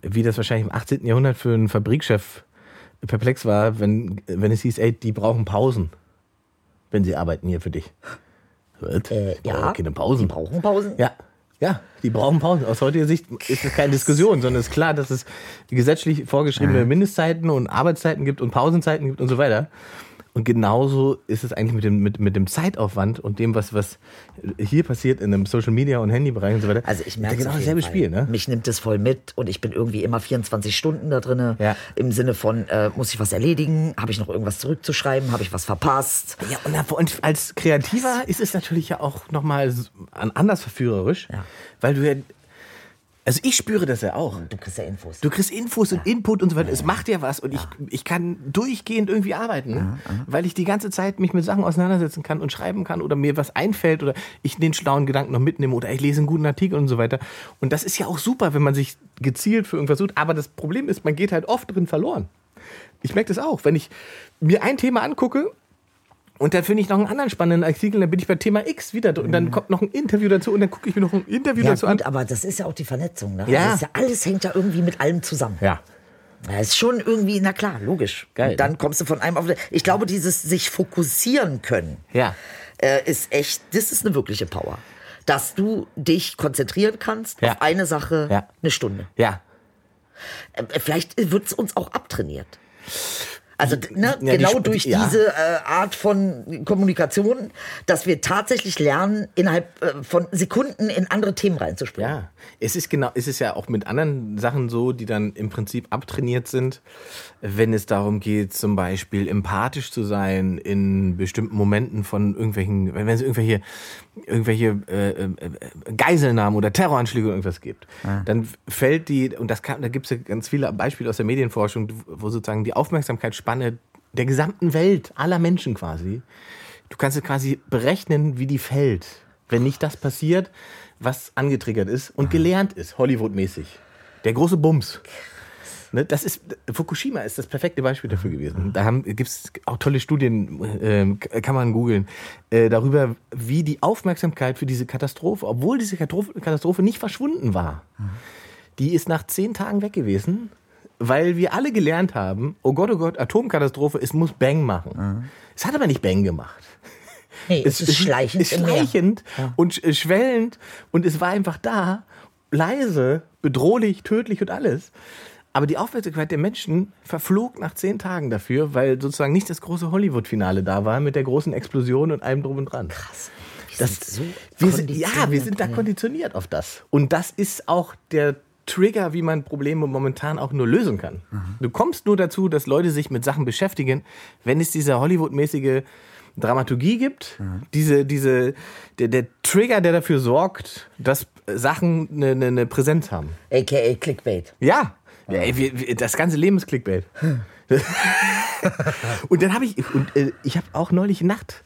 [SPEAKER 2] wie das wahrscheinlich im 18. Jahrhundert für einen Fabrikchef perplex war, wenn, wenn es hieß, ey, die brauchen Pausen, wenn sie arbeiten hier für dich. Was?
[SPEAKER 4] Äh,
[SPEAKER 2] Die brauchen
[SPEAKER 4] ja,
[SPEAKER 2] keine Pausen.
[SPEAKER 4] die brauchen Pausen.
[SPEAKER 2] Ja. Ja, die brauchen Pausen. Aus heutiger Sicht ist es keine Diskussion, sondern es ist klar, dass es gesetzlich vorgeschriebene Mindestzeiten und Arbeitszeiten gibt und Pausenzeiten gibt und so weiter. Und genauso ist es eigentlich mit dem, mit, mit dem Zeitaufwand und dem, was, was hier passiert in dem Social Media und Handybereich und so weiter.
[SPEAKER 4] Also ich merke
[SPEAKER 2] genau dasselbe Spiel, ne?
[SPEAKER 4] Mich nimmt das voll mit und ich bin irgendwie immer 24 Stunden da drinne.
[SPEAKER 2] Ja.
[SPEAKER 4] Im Sinne von, äh, muss ich was erledigen? Habe ich noch irgendwas zurückzuschreiben? Habe ich was verpasst?
[SPEAKER 2] Ja, und, da- und als Kreativer ist es natürlich ja auch nochmal anders verführerisch,
[SPEAKER 4] Ja.
[SPEAKER 2] weil du ja. Also ich spüre das ja auch.
[SPEAKER 4] Du kriegst ja Infos.
[SPEAKER 2] Du kriegst Infos und Input und so weiter. Es macht ja was und ich, ich kann durchgehend irgendwie arbeiten, ne? weil ich die ganze Zeit mich mit Sachen auseinandersetzen kann und schreiben kann oder mir was einfällt oder ich den schlauen Gedanken noch mitnehme oder ich lese einen guten Artikel und so weiter. Und das ist ja auch super, wenn man sich gezielt für irgendwas sucht. Aber das Problem ist, man geht halt oft drin verloren. Ich merke das auch. Wenn ich mir ein Thema angucke und dann finde ich noch einen anderen spannenden Artikel, dann bin ich bei Thema X wieder drin. und dann kommt noch ein Interview dazu und dann gucke ich mir noch ein Interview
[SPEAKER 4] Mhm. ja
[SPEAKER 2] dazu
[SPEAKER 4] gut,
[SPEAKER 2] an.
[SPEAKER 4] aber das ist ja auch die Vernetzung. Ne?
[SPEAKER 2] Ja.
[SPEAKER 4] Also ist ja alles hängt ja irgendwie mit allem zusammen.
[SPEAKER 2] Ja.
[SPEAKER 4] Ja, ist schon irgendwie, na klar, logisch.
[SPEAKER 2] Geil,
[SPEAKER 4] Und dann
[SPEAKER 2] ne?
[SPEAKER 4] kommst du von einem auf... Ich glaube, dieses sich fokussieren können
[SPEAKER 2] Ja.
[SPEAKER 4] äh, ist echt, das ist eine wirkliche Power. Dass du dich konzentrieren kannst
[SPEAKER 2] Ja.
[SPEAKER 4] auf eine Sache
[SPEAKER 2] Ja.
[SPEAKER 4] eine Stunde.
[SPEAKER 2] Ja.
[SPEAKER 4] Äh, Vielleicht wird es uns auch abtrainiert. Also ne,
[SPEAKER 2] Ja, die
[SPEAKER 4] genau
[SPEAKER 2] Sp-
[SPEAKER 4] durch
[SPEAKER 2] ja.
[SPEAKER 4] diese äh, Art von Kommunikation, dass wir tatsächlich lernen, innerhalb äh, von Sekunden in andere Themen reinzuspringen.
[SPEAKER 2] Ja, es ist genau, es ist ja auch mit anderen Sachen so, die dann im Prinzip abtrainiert sind, wenn es darum geht, zum Beispiel empathisch zu sein in bestimmten Momenten von irgendwelchen, wenn es irgendwelche, irgendwelche äh, äh, äh, Geiselnahmen oder Terroranschläge oder irgendwas gibt, dann fällt die, und das kann, da gibt es ja ganz viele Beispiele aus der Medienforschung, wo sozusagen die Aufmerksamkeitsspanne der gesamten Welt, aller Menschen quasi, Du kannst jetzt quasi berechnen, wie die fällt, wenn nicht das passiert, was angetriggert ist und gelernt ist, Hollywood-mäßig. Der große Bums. Ne, das ist, Fukushima ist das perfekte Beispiel dafür gewesen. Da gibt es auch tolle Studien, ähm, k- kann man googeln, äh, darüber, wie die Aufmerksamkeit für diese Katastrophe, obwohl diese Katastrophe, Katastrophe nicht verschwunden war, die ist nach zehn Tagen weg gewesen, weil wir alle gelernt haben, oh Gott, oh Gott, Atomkatastrophe, es muss Bang machen. Es hat aber nicht Bang gemacht
[SPEAKER 4] Nee, es, ist schleichend.
[SPEAKER 2] ist
[SPEAKER 4] im Meer.
[SPEAKER 2] schleichend und sch- äh, schwellend und es war einfach da, leise, bedrohlich, tödlich und alles. Aber die Aufmerksamkeit der Menschen verflog nach zehn Tagen dafür, weil sozusagen nicht das große Hollywood-Finale da war mit der großen Explosion und allem drum und dran. Krass. Das,
[SPEAKER 4] so
[SPEAKER 2] wir sind, ja, wir
[SPEAKER 4] konditioniert, Mhm.
[SPEAKER 2] sind da
[SPEAKER 4] ey.
[SPEAKER 2] konditioniert auf das. Und das ist auch der Trigger, wie man Probleme momentan auch nur lösen kann.
[SPEAKER 4] Mhm.
[SPEAKER 2] Du kommst nur dazu, dass Leute sich mit Sachen beschäftigen, wenn es diese Hollywood-mäßige Dramaturgie gibt,
[SPEAKER 4] Mhm.
[SPEAKER 2] diese, diese, der, der Trigger, der dafür sorgt, dass Sachen eine, eine, eine Präsenz haben.
[SPEAKER 4] AKA Clickbait.
[SPEAKER 2] Ja. ja ey, wir, wir, das ganze Leben ist Clickbait. *laughs* und dann habe ich, und äh, ich habe auch neulich Nacht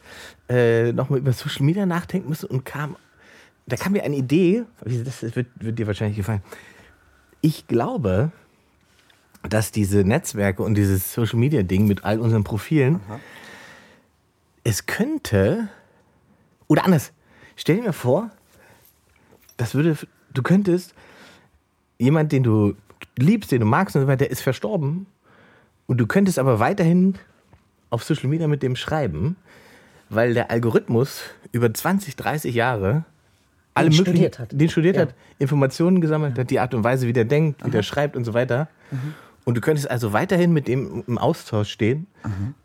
[SPEAKER 2] äh, nochmal über Social Media nachdenken müssen und kam, da kam mir eine Idee, das wird, wird dir wahrscheinlich gefallen. Ich glaube, dass diese Netzwerke und dieses Social Media Ding mit all unseren Profilen, es könnte, oder anders, stell dir mal vor, das würde, du könntest jemand, den du liebst, den du magst und so weiter, ist verstorben. Und du könntest aber weiterhin auf Social Media mit dem schreiben, weil der Algorithmus über 20, 30 Jahre alle
[SPEAKER 4] Den
[SPEAKER 2] möglichen,
[SPEAKER 4] studiert hat.
[SPEAKER 2] den studiert
[SPEAKER 4] Ja.
[SPEAKER 2] hat, Informationen gesammelt hat, die Art und Weise, wie der denkt, wie der schreibt und so weiter. Und du könntest also weiterhin mit dem im Austausch stehen,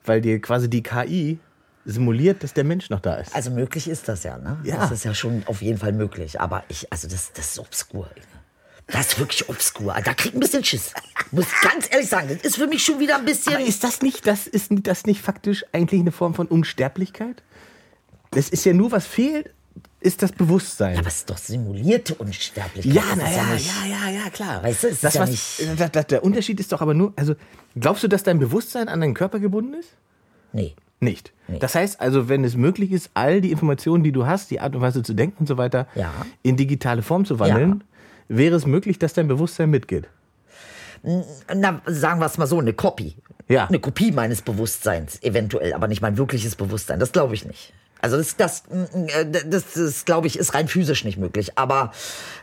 [SPEAKER 2] weil dir quasi die KI simuliert, dass der Mensch noch da ist.
[SPEAKER 4] Also möglich ist das ja, ne?
[SPEAKER 2] Ja.
[SPEAKER 4] Das ist ja schon auf jeden Fall möglich. Aber ich, also das, das ist obskur. Inge. Das ist wirklich obskur. Da krieg ich ein bisschen Schiss. Muss ganz ehrlich sagen, das ist für mich schon wieder ein bisschen.
[SPEAKER 2] Aber ist das nicht, das ist das nicht faktisch eigentlich eine Form von Unsterblichkeit? Das ist ja nur, was fehlt, ist das Bewusstsein.
[SPEAKER 4] Aber es ist doch simulierte Unsterblichkeit.
[SPEAKER 2] Ja,
[SPEAKER 4] Das ist
[SPEAKER 2] na ja,
[SPEAKER 4] nicht-
[SPEAKER 2] ja, ja, ja, klar.
[SPEAKER 4] Weißt du, es ist
[SPEAKER 2] das,
[SPEAKER 4] ja
[SPEAKER 2] was,
[SPEAKER 4] nicht-
[SPEAKER 2] da- da- der Unterschied ist doch aber nur, also glaubst du, dass dein Bewusstsein an deinen Körper gebunden ist?
[SPEAKER 4] Nee.
[SPEAKER 2] Nicht. Das heißt also, wenn es möglich ist, all die Informationen, die du hast, die Art und Weise zu denken und so weiter,
[SPEAKER 4] Ja.
[SPEAKER 2] in digitale Form zu wandeln, wäre es möglich, dass dein Bewusstsein mitgeht.
[SPEAKER 4] Na, sagen wir es mal so, eine Kopie.
[SPEAKER 2] Ja.
[SPEAKER 4] Eine Kopie meines Bewusstseins, eventuell, aber nicht mein wirkliches Bewusstsein. Das glaube ich nicht. Also das, das, mm, äh, das, das glaube ich, ist rein physisch nicht möglich. Aber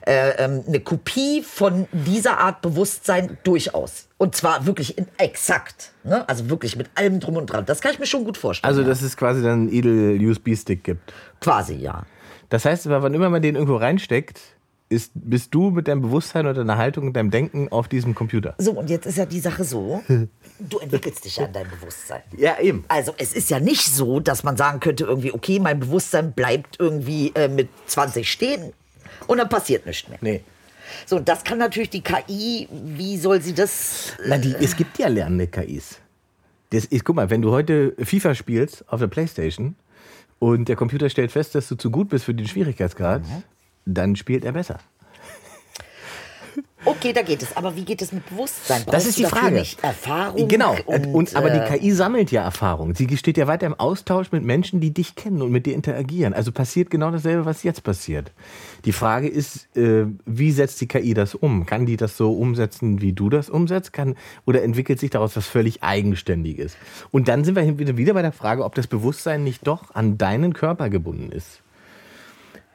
[SPEAKER 4] äh, ähm, eine Kopie von dieser Art Bewusstsein durchaus. Und zwar wirklich in exakt. Ne? Also wirklich mit allem drum und dran. Das kann ich mir schon gut vorstellen.
[SPEAKER 2] Also,
[SPEAKER 4] ja.
[SPEAKER 2] dass es quasi dann einen Edel-USB-Stick gibt.
[SPEAKER 4] Quasi, ja.
[SPEAKER 2] Das heißt aber, wann immer man den irgendwo reinsteckt, ist, bist du mit deinem Bewusstsein oder deiner Haltung und deinem Denken auf diesem Computer.
[SPEAKER 4] So, und jetzt ist ja die Sache so, du entwickelst dich ja an deinem Bewusstsein.
[SPEAKER 2] Ja, eben.
[SPEAKER 4] Also es ist ja nicht so, dass man sagen könnte irgendwie, okay, mein Bewusstsein bleibt irgendwie äh, mit 20 stehen und dann passiert nichts mehr.
[SPEAKER 2] Nee.
[SPEAKER 4] So, das kann natürlich die KI, wie soll sie das...
[SPEAKER 2] Na, die, es gibt ja lernende KIs. Das ist, guck mal, wenn du heute FIFA spielst auf der Playstation und der Computer stellt fest, dass du zu gut bist für den Schwierigkeitsgrad, dann spielt er besser.
[SPEAKER 4] Okay, da geht es, aber wie geht es mit Bewusstsein?
[SPEAKER 2] Das
[SPEAKER 4] Brauchst
[SPEAKER 2] ist die
[SPEAKER 4] du dafür
[SPEAKER 2] Frage.
[SPEAKER 4] Nicht Erfahrung
[SPEAKER 2] Genau. Und,
[SPEAKER 4] und,
[SPEAKER 2] aber
[SPEAKER 4] äh,
[SPEAKER 2] die KI sammelt ja Erfahrung. Sie steht ja weiter im Austausch mit Menschen, die dich kennen und mit dir interagieren. Also passiert genau dasselbe, was jetzt passiert. Die Frage ist, äh, wie setzt die KI das um? Kann die das so umsetzen, wie du das umsetzt? Kann, oder entwickelt sich daraus was völlig Eigenständiges? Und dann sind wir hin- wieder- wieder bei der Frage, ob das Bewusstsein nicht doch an deinen Körper gebunden ist.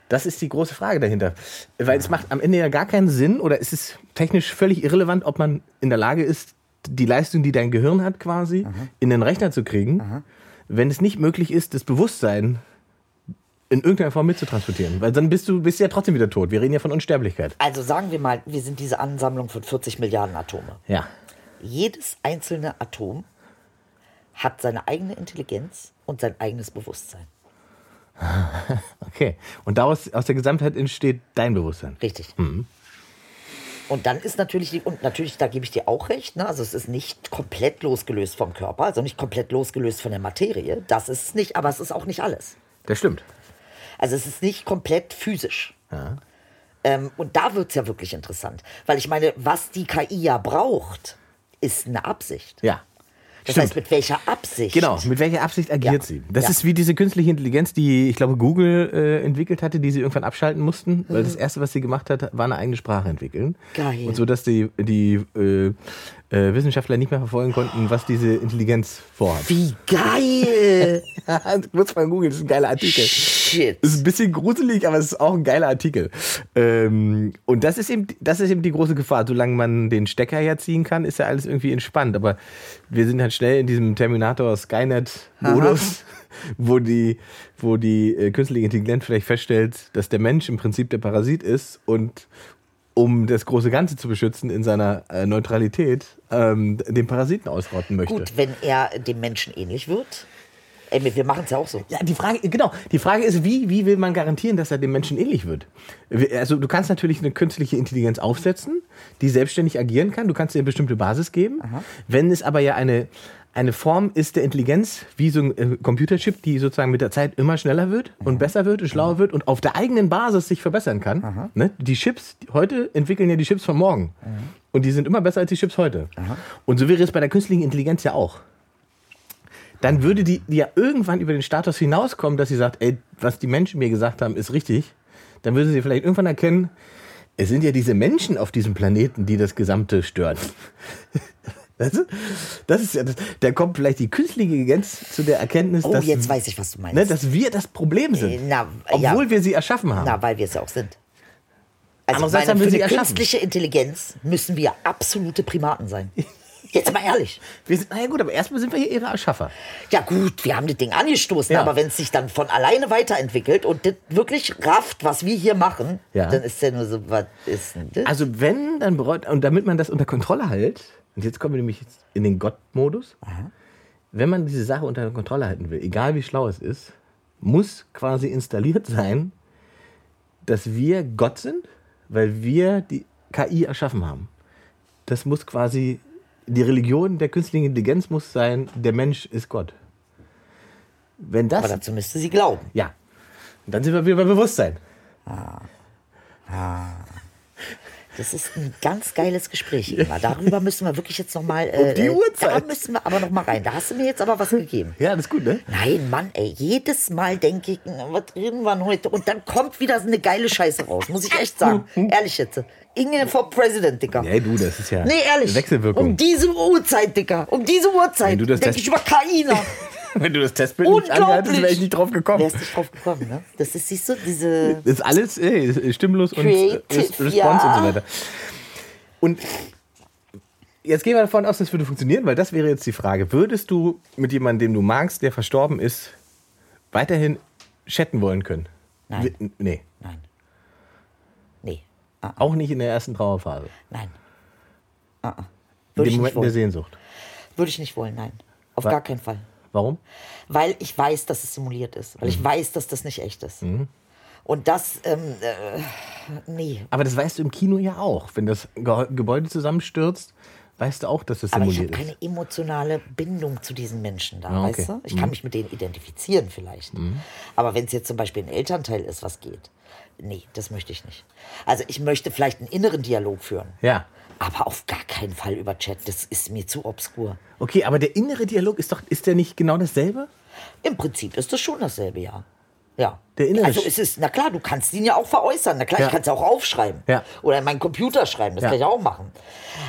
[SPEAKER 2] Das ist die große Frage dahinter. Weil es macht am Ende ja gar keinen Sinn oder es ist technisch völlig irrelevant, ob man in der Lage ist, die Leistung, die dein Gehirn hat, quasi in den Rechner zu kriegen, wenn es nicht möglich ist, das Bewusstsein in irgendeiner Form mitzutransportieren. Weil dann bist du, bist du ja trotzdem wieder tot. Wir reden ja von Unsterblichkeit.
[SPEAKER 4] Also sagen wir mal, wir sind diese Ansammlung von 40 Milliarden Atome.
[SPEAKER 2] Ja.
[SPEAKER 4] Jedes einzelne Atom hat seine eigene Intelligenz und sein eigenes Bewusstsein.
[SPEAKER 2] Okay. Und daraus, aus der Gesamtheit entsteht dein Bewusstsein.
[SPEAKER 4] Richtig.
[SPEAKER 2] Mhm.
[SPEAKER 4] Und dann ist natürlich, die, und natürlich, da gebe ich dir auch recht, ne? also es ist nicht komplett losgelöst vom Körper, also nicht komplett losgelöst von der Materie. Das ist es nicht, aber es ist auch nicht alles.
[SPEAKER 2] Das stimmt.
[SPEAKER 4] Also es ist nicht komplett physisch. Ähm, und da wird es ja wirklich interessant. Weil ich meine, was die KI ja braucht, ist eine Absicht.
[SPEAKER 2] Ja.
[SPEAKER 4] Das
[SPEAKER 2] stimmt.
[SPEAKER 4] heißt, mit welcher Absicht?
[SPEAKER 2] Genau, mit welcher Absicht agiert
[SPEAKER 4] Ja.
[SPEAKER 2] sie? Das
[SPEAKER 4] Ja.
[SPEAKER 2] ist wie diese künstliche Intelligenz, die ich glaube Google äh, entwickelt hatte, die sie irgendwann abschalten mussten, weil das erste, was sie gemacht hat, war eine eigene Sprache entwickeln.
[SPEAKER 4] Geil.
[SPEAKER 2] Und so, dass die, die äh, äh, Wissenschaftler nicht mehr verfolgen konnten, was diese Intelligenz *laughs* vorhat.
[SPEAKER 4] Wie
[SPEAKER 2] *laughs*
[SPEAKER 4] geil!
[SPEAKER 2] Muss man googeln, das ist ein geiler Artikel.
[SPEAKER 4] Shit.
[SPEAKER 2] Ist ein bisschen gruselig, aber es ist auch ein geiler Artikel. Ähm, und das ist, eben, das ist eben die große Gefahr. Solange man den Stecker ja ziehen kann, ist ja alles irgendwie entspannt. Aber wir sind halt schnell in diesem Terminator Skynet-Modus, *laughs* wo die, wo die äh, künstliche Intelligenz vielleicht feststellt, dass der Mensch im Prinzip der Parasit ist und um das große Ganze zu beschützen in seiner äh, Neutralität, ähm, den Parasiten ausrotten möchte.
[SPEAKER 4] Gut, wenn er dem Menschen ähnlich wird. Ey, wir- wir machen es ja auch so.
[SPEAKER 2] Ja, die Frage, genau. Die Frage ist, wie, wie will man garantieren, dass er dem Menschen ähnlich wird? Wir- Also, du kannst natürlich eine künstliche Intelligenz aufsetzen, die selbstständig agieren kann. Du kannst ihr eine bestimmte Basis geben. Wenn es aber ja eine, eine Form ist der Intelligenz, wie so ein äh, Computerchip, die sozusagen mit der Zeit immer schneller wird und besser wird und schlauer wird und auf der eigenen Basis sich verbessern kann. Ne? Die Chips, die- heute entwickeln ja die Chips von morgen. Und die sind immer besser als die Chips heute. Und so wäre es bei der künstlichen Intelligenz ja auch dann würde die ja irgendwann über den Status hinauskommen, dass sie sagt, ey, was die Menschen mir gesagt haben, ist richtig. Dann würde sie vielleicht irgendwann erkennen, es sind ja diese Menschen auf diesem Planeten, die das Gesamte stören. *laughs* Weißt du? Das ist ja, das, da kommt vielleicht die künstliche Intelligenz zu der Erkenntnis,
[SPEAKER 4] Oh,
[SPEAKER 2] dass,
[SPEAKER 4] jetzt weiß ich, was du meinst.
[SPEAKER 2] ne, dass wir das Problem sind,
[SPEAKER 4] Äh, na, ja.
[SPEAKER 2] obwohl wir sie erschaffen haben.
[SPEAKER 4] Na, weil wir es ja auch sind. Also ich
[SPEAKER 2] Andererseits haben
[SPEAKER 4] meine,
[SPEAKER 2] wir
[SPEAKER 4] für
[SPEAKER 2] sie
[SPEAKER 4] die
[SPEAKER 2] erschaffen.
[SPEAKER 4] künstliche Intelligenz müssen wir absolute
[SPEAKER 2] *laughs*
[SPEAKER 4] Primaten sein. Jetzt mal ehrlich.
[SPEAKER 2] Wir sind, na ja gut, aber erstmal sind wir hier ihre Erschaffer.
[SPEAKER 4] Ja gut, wir haben das Ding angestoßen,
[SPEAKER 2] Ja.
[SPEAKER 4] aber wenn es sich dann von alleine weiterentwickelt und das wirklich rafft, was wir hier machen,
[SPEAKER 2] Ja.
[SPEAKER 4] dann ist ja nur so, was ist denn das?
[SPEAKER 2] Also wenn, dann bereut, und damit man das unter Kontrolle hält, und jetzt kommen wir nämlich jetzt in den Gott-Modus, wenn man diese Sache unter Kontrolle halten will, egal wie schlau es ist, muss quasi installiert sein, dass wir Gott sind, weil wir die KI erschaffen haben. Das muss quasi, die Religion der künstlichen Intelligenz muss sein, der Mensch ist Gott. Wenn das,
[SPEAKER 4] aber dazu müsste sie glauben.
[SPEAKER 2] ja, und dann sind wir wieder bei Bewusstsein.
[SPEAKER 4] Das ist ein ganz geiles
[SPEAKER 2] *laughs*
[SPEAKER 4] Gespräch, Ingmar. Darüber müssen wir wirklich jetzt nochmal... Äh,
[SPEAKER 2] Um die
[SPEAKER 4] äh,
[SPEAKER 2] Uhrzeit.
[SPEAKER 4] Da müssen wir aber nochmal rein. Da hast du mir jetzt aber was gegeben.
[SPEAKER 2] Ja, das ist gut, ne?
[SPEAKER 4] Nein, Mann, ey, jedes Mal denke ich, na, was reden wir denn heute? Und dann kommt wieder so eine geile Scheiße raus, muss ich
[SPEAKER 2] *laughs*
[SPEAKER 4] echt sagen. Ehrlich jetzt. Inge for President, Dicker.
[SPEAKER 2] Nee, du, das ist ja
[SPEAKER 4] Nee, ehrlich.
[SPEAKER 2] Wechselwirkung.
[SPEAKER 4] Um diese Uhrzeit, Dicker. Um diese Uhrzeit
[SPEAKER 2] Wenn du das
[SPEAKER 4] denke
[SPEAKER 2] test-
[SPEAKER 4] ich über KI
[SPEAKER 2] *laughs*
[SPEAKER 4] nach.
[SPEAKER 2] Wenn du das Testbild nicht
[SPEAKER 4] Unglaublich.
[SPEAKER 2] angehalten wäre ich nicht drauf gekommen.
[SPEAKER 4] Wärst nicht drauf gekommen, ne? Das ist, siehst du, diese...
[SPEAKER 2] Das ist alles ey, stimmlos und äh,
[SPEAKER 4] Creative,
[SPEAKER 2] Res- Response
[SPEAKER 4] ja.
[SPEAKER 2] und so weiter. Und jetzt gehen wir davon aus, das würde funktionieren, weil das wäre jetzt die Frage. Würdest du mit jemandem, den du magst, der verstorben ist, weiterhin chatten wollen können?
[SPEAKER 4] Nein.
[SPEAKER 2] W- Nee,
[SPEAKER 4] Nein. Nee,
[SPEAKER 2] auch nicht in der ersten Trauerphase.
[SPEAKER 4] nein.
[SPEAKER 2] Ah, In
[SPEAKER 4] Würde
[SPEAKER 2] dem
[SPEAKER 4] ich,
[SPEAKER 2] Moment
[SPEAKER 4] nicht
[SPEAKER 2] der
[SPEAKER 4] wollen.
[SPEAKER 2] Sehnsucht.
[SPEAKER 4] Würde ich nicht wollen, nein. Auf
[SPEAKER 2] Wa-
[SPEAKER 4] gar keinen Fall.
[SPEAKER 2] Warum?
[SPEAKER 4] weil ich weiß, dass es simuliert ist, weil
[SPEAKER 2] Mhm.
[SPEAKER 4] ich weiß, dass das nicht echt ist. Und das, ähm, äh, nee.
[SPEAKER 2] Aber das weißt du im Kino ja auch. Wenn das Ge Gebäude zusammenstürzt, weißt du auch, dass das
[SPEAKER 4] Aber ich habe
[SPEAKER 2] simuliert ist.
[SPEAKER 4] keine emotionale Bindung zu diesen Menschen da,
[SPEAKER 2] Ja, okay. Mhm.
[SPEAKER 4] weißt du? Ich kann mich mit denen identifizieren vielleicht. Aber wenn es jetzt zum Beispiel ein Elternteil ist, was geht? Nee, das möchte ich nicht. Also ich möchte vielleicht einen inneren Dialog führen.
[SPEAKER 2] Ja.
[SPEAKER 4] Aber auf gar keinen Fall über Chat. Das ist mir zu obskur.
[SPEAKER 2] Okay, aber der innere Dialog ist doch, ist der nicht genau dasselbe?
[SPEAKER 4] Im Prinzip ist das schon dasselbe, ja. Ja.
[SPEAKER 2] Der innere
[SPEAKER 4] also
[SPEAKER 2] Sch-
[SPEAKER 4] es ist, na klar, du kannst ihn ja auch veräußern. Na klar,
[SPEAKER 2] Ja.
[SPEAKER 4] ich kann es ja auch aufschreiben.
[SPEAKER 2] Ja.
[SPEAKER 4] Oder in meinen Computer schreiben, das
[SPEAKER 2] Ja.
[SPEAKER 4] kann ich auch machen.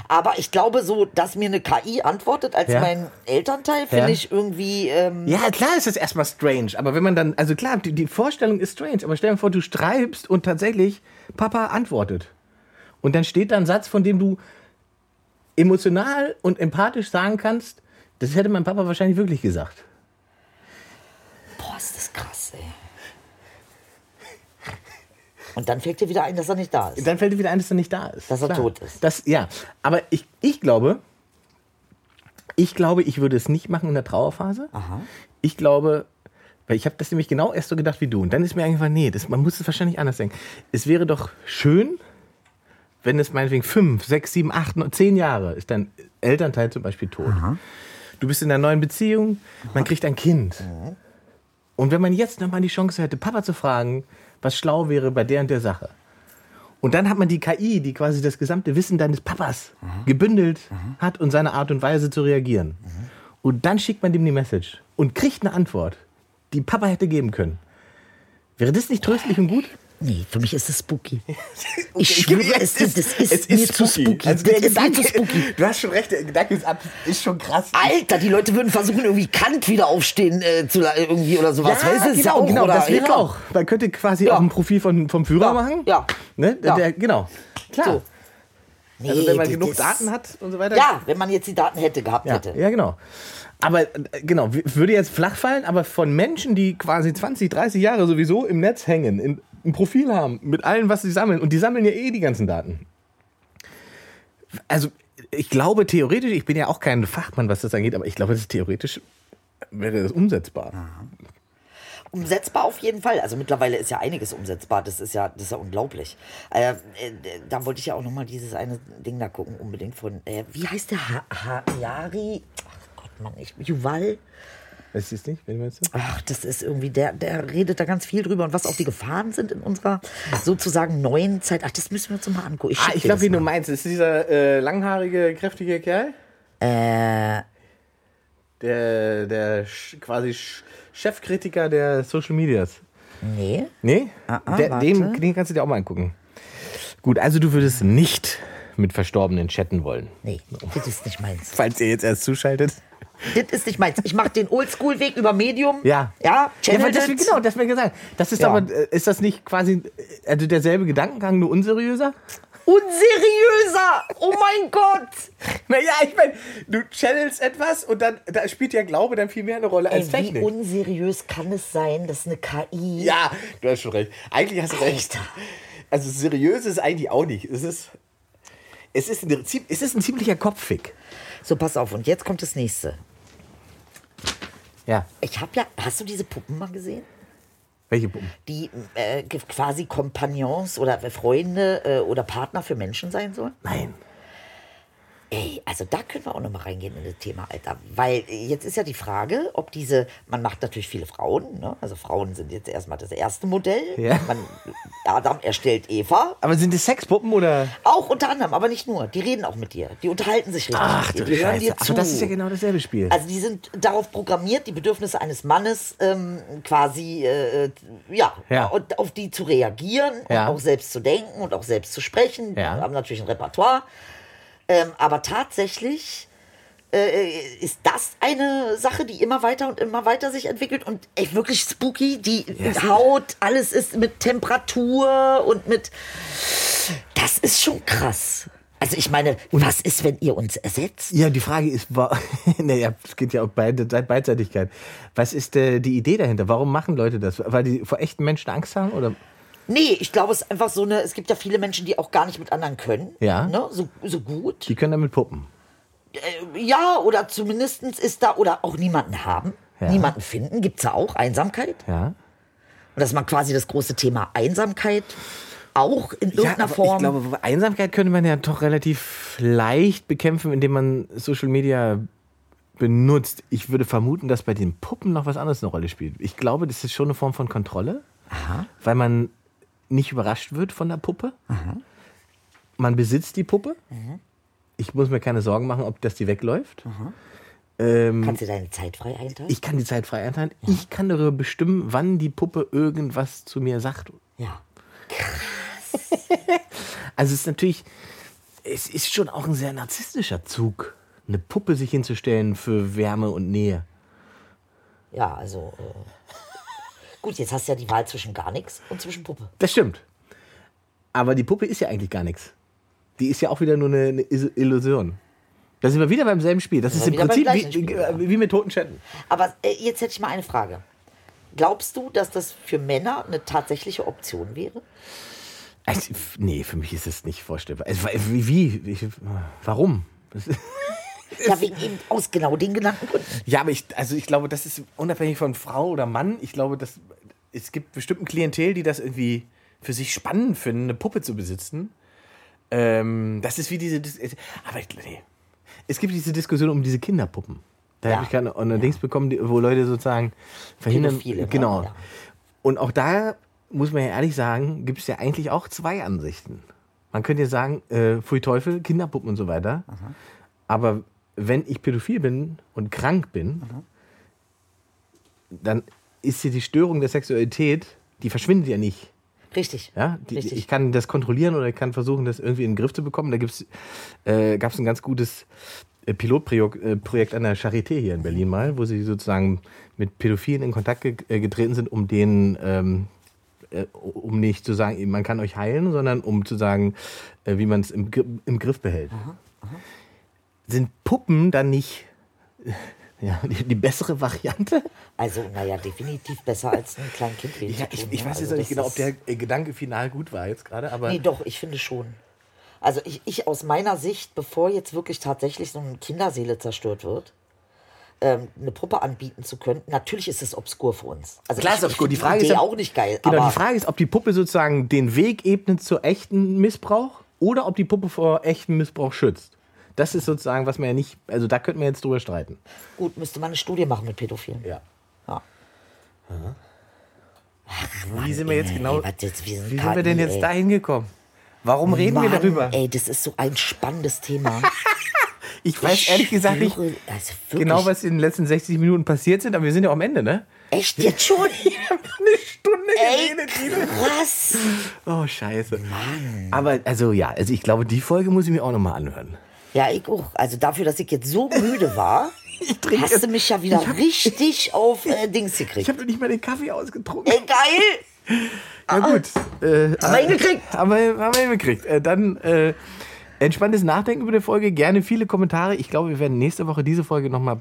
[SPEAKER 4] Aber ich glaube so, dass mir eine KI antwortet als
[SPEAKER 2] Ja.
[SPEAKER 4] mein Elternteil, finde
[SPEAKER 2] Ja.
[SPEAKER 4] ich irgendwie, ähm,
[SPEAKER 2] Ja, klar ist das erstmal strange, aber wenn man dann, also klar, die, die Vorstellung ist strange, aber stell dir vor, du schreibst und tatsächlich Papa antwortet. Und dann steht da ein Satz, von dem du emotional und empathisch sagen kannst, das hätte mein Papa wahrscheinlich wirklich gesagt.
[SPEAKER 4] boah, ist das krass, ey. Und dann fällt dir wieder ein, dass er nicht da ist.
[SPEAKER 2] Dann fällt dir wieder ein, dass er nicht da ist.
[SPEAKER 4] Dass er tot ist.
[SPEAKER 2] Das, ja, aber ich, ich glaube, Ich glaube, ich würde es nicht machen in der Trauerphase. Ich glaube, weil ich habe das nämlich genau erst so gedacht wie du. Und dann ist mir eingefallen, nee, das, man muss es wahrscheinlich anders denken. Es wäre doch schön, wenn es meinetwegen fünf, sechs, sieben, acht, neun, zehn Jahre ist dein Elternteil zum Beispiel tot. Du bist in einer neuen Beziehung, man kriegt ein Kind. Und wenn man jetzt nochmal die Chance hätte, Papa zu fragen, was schlau wäre bei der und der Sache. Und dann hat man die KI, die quasi das gesamte Wissen deines Papas gebündelt hat und seine Art und Weise zu reagieren. Und dann schickt man dem die Message und kriegt eine Antwort, die Papa hätte geben können. Wäre das nicht tröstlich und gut?
[SPEAKER 4] Nee, für mich ist es
[SPEAKER 2] *laughs*
[SPEAKER 4] spooky.
[SPEAKER 2] Okay,
[SPEAKER 4] Ich schwöre,
[SPEAKER 2] gebe-
[SPEAKER 4] es, ist, es ist, mir zu spooky.
[SPEAKER 2] Also
[SPEAKER 4] das
[SPEAKER 2] der
[SPEAKER 4] ist mir
[SPEAKER 2] *laughs*
[SPEAKER 4] zu
[SPEAKER 2] Gedanke,
[SPEAKER 4] spooky. Ah,
[SPEAKER 2] Du hast schon recht, der Gedanke ist, ab, ist schon krass.
[SPEAKER 4] Alter, die Leute würden versuchen, irgendwie Kant wieder aufstehen äh, zu la- irgendwie oder sowas. weißt du, ist ja auch,
[SPEAKER 2] genau,
[SPEAKER 4] oder?
[SPEAKER 2] das wäre
[SPEAKER 4] Hitler.
[SPEAKER 2] auch. Man könnte quasi
[SPEAKER 4] Ja.
[SPEAKER 2] auch ein Profil von, vom Führer
[SPEAKER 4] Ja,
[SPEAKER 2] machen.
[SPEAKER 4] ja,
[SPEAKER 2] Ne?
[SPEAKER 4] ja.
[SPEAKER 2] Der, genau. Klar.
[SPEAKER 4] So.
[SPEAKER 2] Also wenn man
[SPEAKER 4] Nee,
[SPEAKER 2] genug
[SPEAKER 4] das-
[SPEAKER 2] Daten hat und so weiter.
[SPEAKER 4] Ja, wenn man jetzt die Daten hätte gehabt
[SPEAKER 2] Ja,
[SPEAKER 4] hätte.
[SPEAKER 2] ja, genau. Aber äh, genau, w- würde jetzt flach fallen, aber von Menschen, die quasi 20, 30 Jahre sowieso im Netz hängen, in, ein Profil haben, mit allem, was sie sammeln, und die sammeln ja eh die ganzen Daten. Also, ich glaube theoretisch, ich bin ja auch kein Fachmann, was das angeht, aber ich glaube, das ist theoretisch wäre das umsetzbar.
[SPEAKER 4] Umsetzbar auf jeden Fall. Also mittlerweile ist ja einiges umsetzbar. Das ist ja, das ist ja unglaublich. Äh, äh, da wollte ich ja auch noch mal dieses eine Ding da gucken, unbedingt von. Äh, wie heißt der ha Hayari? Ach Gott, Mann, ich Juval.
[SPEAKER 2] Weißt du es nicht? Wen meinst du?
[SPEAKER 4] Ach, das ist irgendwie, der, der redet da ganz viel drüber und was auch die Gefahren sind in unserer sozusagen neuen Zeit. Ach, das müssen wir uns noch mal angucken.
[SPEAKER 2] Ah,
[SPEAKER 4] schick
[SPEAKER 2] ich
[SPEAKER 4] dir
[SPEAKER 2] glaube,
[SPEAKER 4] das
[SPEAKER 2] wen du
[SPEAKER 4] mal.
[SPEAKER 2] meinst. Ist dieser äh, langhaarige, kräftige Kerl? Äh. Der, der sch quasi sch Chefkritiker der Social Medias.
[SPEAKER 4] Nee.
[SPEAKER 2] Nee?
[SPEAKER 4] Ah, ah,
[SPEAKER 2] der,
[SPEAKER 4] warte.
[SPEAKER 2] den, den kannst du dir auch mal angucken. Gut, also du würdest nicht mit Verstorbenen chatten wollen.
[SPEAKER 4] Nee, das ist nicht meins.
[SPEAKER 2] Falls ihr jetzt erst zuschaltet.
[SPEAKER 4] Das ist nicht meins. Ich mache den Oldschool-Weg über Medium.
[SPEAKER 2] Ja.
[SPEAKER 4] Ja,
[SPEAKER 2] Ja,
[SPEAKER 4] channel
[SPEAKER 2] weil das,
[SPEAKER 4] it.
[SPEAKER 2] genau, das wäre gesagt. Das ist
[SPEAKER 4] Ja.
[SPEAKER 2] aber, äh, ist das nicht quasi, äh, also derselbe Gedankengang, nur unseriöser?
[SPEAKER 4] Unseriöser! Oh mein Gott!
[SPEAKER 2] Naja, ich meine, du channelst etwas und dann da spielt ja Glaube dann viel mehr eine Rolle als
[SPEAKER 4] Ey, wie
[SPEAKER 2] Technik.
[SPEAKER 4] unseriös kann es sein, dass eine KI.
[SPEAKER 2] Ja, du hast schon recht. Eigentlich hast du recht.
[SPEAKER 4] Alter.
[SPEAKER 2] Also seriös ist es eigentlich auch nicht. Es ist, es ist, ein, zie- es ist ein ziemlicher Kopffick.
[SPEAKER 4] So, pass auf, und jetzt kommt das nächste.
[SPEAKER 2] Ja.
[SPEAKER 4] Ich habe ja. Hast du diese Puppen mal gesehen?
[SPEAKER 2] Welche Pumpen?
[SPEAKER 4] Die äh, ge- quasi Kompagnons oder Freunde äh, oder Partner für Menschen sein sollen?
[SPEAKER 2] Nein.
[SPEAKER 4] Ey, also da können wir auch nochmal reingehen in das Thema, Alter. Weil äh, jetzt ist ja die Frage, ob diese, man macht natürlich viele Frauen, ne? Also Frauen sind jetzt erstmal das erste Modell.
[SPEAKER 2] Ja.
[SPEAKER 4] Man, Adam erstellt Eva.
[SPEAKER 2] Aber sind es Sexpuppen oder?
[SPEAKER 4] Auch unter anderem, aber nicht nur. Die reden auch mit dir. Die unterhalten sich richtig. mit dir. die hören dir zu.
[SPEAKER 2] Aber das ist ja genau dasselbe Spiel.
[SPEAKER 4] Also die sind darauf programmiert, die Bedürfnisse eines Mannes ähm, quasi, äh, äh, ja,
[SPEAKER 2] Ja.
[SPEAKER 4] Und auf die zu reagieren
[SPEAKER 2] Ja.
[SPEAKER 4] und auch selbst zu denken und auch selbst zu sprechen.
[SPEAKER 2] Ja.
[SPEAKER 4] Die haben natürlich ein Repertoire. Ähm, aber tatsächlich äh, ist das eine Sache, die immer weiter und immer weiter sich entwickelt und echt wirklich spooky. Die
[SPEAKER 2] Yes.
[SPEAKER 4] Haut, alles ist mit Temperatur und mit. Das ist schon krass. Also ich meine, was ist, wenn ihr uns ersetzt?
[SPEAKER 2] ja, die Frage ist, wa- *laughs* naja, es geht ja auch beide, Seite- Beidseitigkeit. Was ist äh, die Idee dahinter? Warum machen Leute das? Weil die vor echten Menschen Angst haben? Oder?
[SPEAKER 4] Nee, ich glaube, es ist einfach so eine. Es gibt ja viele Menschen, die auch gar nicht mit anderen können.
[SPEAKER 2] Ja.
[SPEAKER 4] Ne? So, so gut.
[SPEAKER 2] Die können damit puppen.
[SPEAKER 4] Ja, oder zumindest ist da. Oder auch niemanden haben. Niemanden finden. Gibt es ja auch Einsamkeit.
[SPEAKER 2] Ja.
[SPEAKER 4] Und dass man quasi das große Thema Einsamkeit auch in
[SPEAKER 2] Ja,
[SPEAKER 4] irgendeiner
[SPEAKER 2] aber
[SPEAKER 4] Form.
[SPEAKER 2] Ich glaube, Einsamkeit könnte man ja doch relativ leicht bekämpfen, indem man Social Media benutzt. Ich würde vermuten, dass bei den Puppen noch was anderes eine Rolle spielt. Ich glaube, das ist schon eine Form von Kontrolle, weil man nicht überrascht wird von der Puppe. Man besitzt die Puppe.
[SPEAKER 4] Mhm.
[SPEAKER 2] Ich muss mir keine Sorgen machen, ob das die wegläuft. Ähm,
[SPEAKER 4] Kannst du deine Zeit frei einteilen?
[SPEAKER 2] ich kann die Zeit frei einteilen. Ich kann darüber bestimmen, wann die Puppe irgendwas zu mir sagt
[SPEAKER 4] ja.
[SPEAKER 2] Also es ist natürlich, es ist schon auch ein sehr narzisstischer Zug, eine Puppe sich hinzustellen für Wärme und Nähe.
[SPEAKER 4] Ja, also. Äh. *laughs* Gut, jetzt hast du ja die Wahl zwischen gar nichts und zwischen Puppe.
[SPEAKER 2] Das stimmt. Aber die Puppe ist ja eigentlich gar nichts. Die ist ja auch wieder nur eine, eine Is- Illusion. Da sind wir wieder beim selben Spiel. Das ist
[SPEAKER 4] wir
[SPEAKER 2] im
[SPEAKER 4] wieder beim
[SPEAKER 2] Prinzip wie,
[SPEAKER 4] gleichen Spiel, ja.
[SPEAKER 2] wie, wie mit toten Chatten.
[SPEAKER 4] Aber äh, jetzt hätte ich mal eine Frage. Glaubst du, dass das für Männer eine tatsächliche Option wäre?
[SPEAKER 2] Also, f- nee, für mich ist es nicht vorstellbar. Also, wa- wie, wie, ich, warum? Das ist-
[SPEAKER 4] Ja, wegen eben aus genau den genannten Gründen.
[SPEAKER 2] Ja, aber ich, also ich glaube, das ist unabhängig von Frau oder Mann. Ich glaube, dass es gibt bestimmten Klientel, die das irgendwie für sich spannend finden, eine Puppe zu besitzen. Ähm, das ist wie diese. Dis es- Aber ich, nee. Es gibt diese Diskussion um diese Kinderpuppen. Da habe ich gerade eine Dings bekommen, die, wo Leute sozusagen verhindern.
[SPEAKER 4] Pädophile, ne?
[SPEAKER 2] genau.
[SPEAKER 4] Ja.
[SPEAKER 2] Und auch da muss man ja ehrlich sagen, gibt es ja eigentlich auch zwei Ansichten. Man könnte ja sagen, äh, Pfui Teufel, Kinderpuppen und so weiter. Aber wenn ich pädophil bin und krank bin, dann ist hier die Störung der Sexualität, die verschwindet ja nicht.
[SPEAKER 4] Richtig.
[SPEAKER 2] Ja? Die,
[SPEAKER 4] Richtig.
[SPEAKER 2] ich kann das kontrollieren oder ich kann versuchen, das irgendwie in den Griff zu bekommen. Da gibt's, äh, gab es ein ganz gutes äh, Pilotprojekt äh, Projekt an der Charité hier in Berlin mal, wo sie sozusagen mit Pädophilen in Kontakt ge äh, getreten sind, um denen, ähm, äh, um nicht zu sagen, man kann euch heilen, sondern um zu sagen, äh, wie man es im, Gri- im Griff behält. Sind Puppen dann nicht *laughs* ja, die, die bessere Variante?
[SPEAKER 4] Also, naja, definitiv besser als ein kleines Kind.
[SPEAKER 2] Ja, ich,
[SPEAKER 4] reden zu
[SPEAKER 2] ich
[SPEAKER 4] tun,
[SPEAKER 2] weiß jetzt
[SPEAKER 4] ne? Also
[SPEAKER 2] auch nicht
[SPEAKER 4] das
[SPEAKER 2] genau, ob
[SPEAKER 4] ist-
[SPEAKER 2] der äh, Gedanke final gut war jetzt gerade, aber.
[SPEAKER 4] Nee, doch, ich finde schon. Also ich, ich aus meiner Sicht, bevor jetzt wirklich tatsächlich so eine Kinderseele zerstört wird, ähm, eine Puppe anbieten zu können, natürlich ist es obskur für uns. Also
[SPEAKER 2] Klar
[SPEAKER 4] ich,
[SPEAKER 2] ist obskur.
[SPEAKER 4] ich
[SPEAKER 2] Die
[SPEAKER 4] find
[SPEAKER 2] Frage
[SPEAKER 4] Idee
[SPEAKER 2] ist ja-
[SPEAKER 4] auch nicht geil.
[SPEAKER 2] Genau,
[SPEAKER 4] aber
[SPEAKER 2] die Frage ist, ob die Puppe sozusagen den Weg ebnet zu echten Missbrauch oder ob die Puppe vor echtem Missbrauch schützt. Das ist sozusagen, was man ja nicht, also da könnten wir jetzt drüber streiten.
[SPEAKER 4] gut, müsste man eine Studie machen mit Pädophilen.
[SPEAKER 2] Ja.
[SPEAKER 4] Ja.
[SPEAKER 2] Wie sind wir jetzt genau,
[SPEAKER 4] Ey, was jetzt, wir sind
[SPEAKER 2] wie sind wir
[SPEAKER 4] KI,
[SPEAKER 2] denn jetzt
[SPEAKER 4] ey.
[SPEAKER 2] dahin gekommen? Warum reden wir
[SPEAKER 4] Mann,
[SPEAKER 2] darüber?
[SPEAKER 4] Ey, das ist so ein spannendes Thema.
[SPEAKER 2] ich weiß ehrlich gesagt nicht
[SPEAKER 4] schwöre, also wirklich,
[SPEAKER 2] genau, was in den letzten 60 Minuten passiert sind, aber wir sind ja auch am Ende, ne? *laughs*
[SPEAKER 4] Echt jetzt schon?
[SPEAKER 2] Eine Stunde
[SPEAKER 4] Ey,
[SPEAKER 2] geredet, Ine.
[SPEAKER 4] krass.
[SPEAKER 2] Oh, scheiße. Aber, also ja, also ich glaube, die Folge muss ich mir auch nochmal anhören.
[SPEAKER 4] Ja, ich auch. Also dafür, dass ich jetzt so müde
[SPEAKER 2] *laughs*
[SPEAKER 4] war,
[SPEAKER 2] trinke
[SPEAKER 4] hast
[SPEAKER 2] jetzt-
[SPEAKER 4] du mich ja wieder richtig auf äh, Dings
[SPEAKER 2] Ich
[SPEAKER 4] gekriegt.
[SPEAKER 2] habe noch nicht mal den Kaffee ausgetrunken.
[SPEAKER 4] Ey, geil!
[SPEAKER 2] Ja gut. Äh,
[SPEAKER 4] Ah, Haben wir hingekriegt.
[SPEAKER 2] Haben wir, haben wir hingekriegt. Äh, dann äh, entspanntes Nachdenken über die Folge. Gerne viele Kommentare. Ich glaube, wir werden nächste Woche diese Folge nochmal,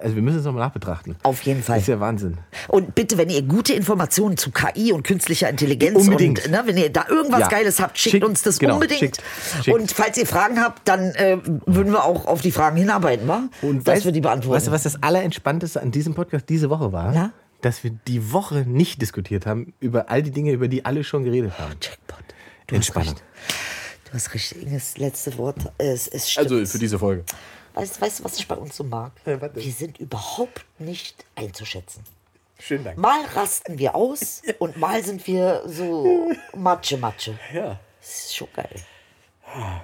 [SPEAKER 2] also wir müssen es nochmal nachbetrachten.
[SPEAKER 4] Auf jeden Fall.
[SPEAKER 2] Das ist ja Wahnsinn.
[SPEAKER 4] Und bitte, wenn ihr gute Informationen zu KI und künstlicher Intelligenz
[SPEAKER 2] Unbedingt.
[SPEAKER 4] und ne, wenn ihr da irgendwas
[SPEAKER 2] Ja.
[SPEAKER 4] Geiles habt, schickt
[SPEAKER 2] Schickt,
[SPEAKER 4] uns das
[SPEAKER 2] genau,
[SPEAKER 4] unbedingt.
[SPEAKER 2] schickt, schickt.
[SPEAKER 4] Und falls ihr Fragen habt, dann äh, würden wir auch auf die Fragen hinarbeiten, wa? Und dass
[SPEAKER 2] weißt-
[SPEAKER 4] wir die beantworten.
[SPEAKER 2] Weißt du, was das Allerentspannteste an diesem Podcast diese Woche war?
[SPEAKER 4] Na?
[SPEAKER 2] Dass wir die Woche nicht diskutiert haben über all die Dinge, über die alle schon geredet haben.
[SPEAKER 4] Jackpot.
[SPEAKER 2] Entspannung.
[SPEAKER 4] Du hast richtig, Inges letzte Wort. äh, Es ist stimmt.
[SPEAKER 2] Also, diese Folge.
[SPEAKER 4] weißt, weißt du, was ich bei uns so mag?
[SPEAKER 2] Äh, warte.
[SPEAKER 4] wir sind überhaupt nicht einzuschätzen.
[SPEAKER 2] Schönen Dank.
[SPEAKER 4] Mal rasten wir
[SPEAKER 2] *laughs*
[SPEAKER 4] aus und mal sind wir so Matsche, Matsche.
[SPEAKER 2] Ja.
[SPEAKER 4] Das ist schon geil.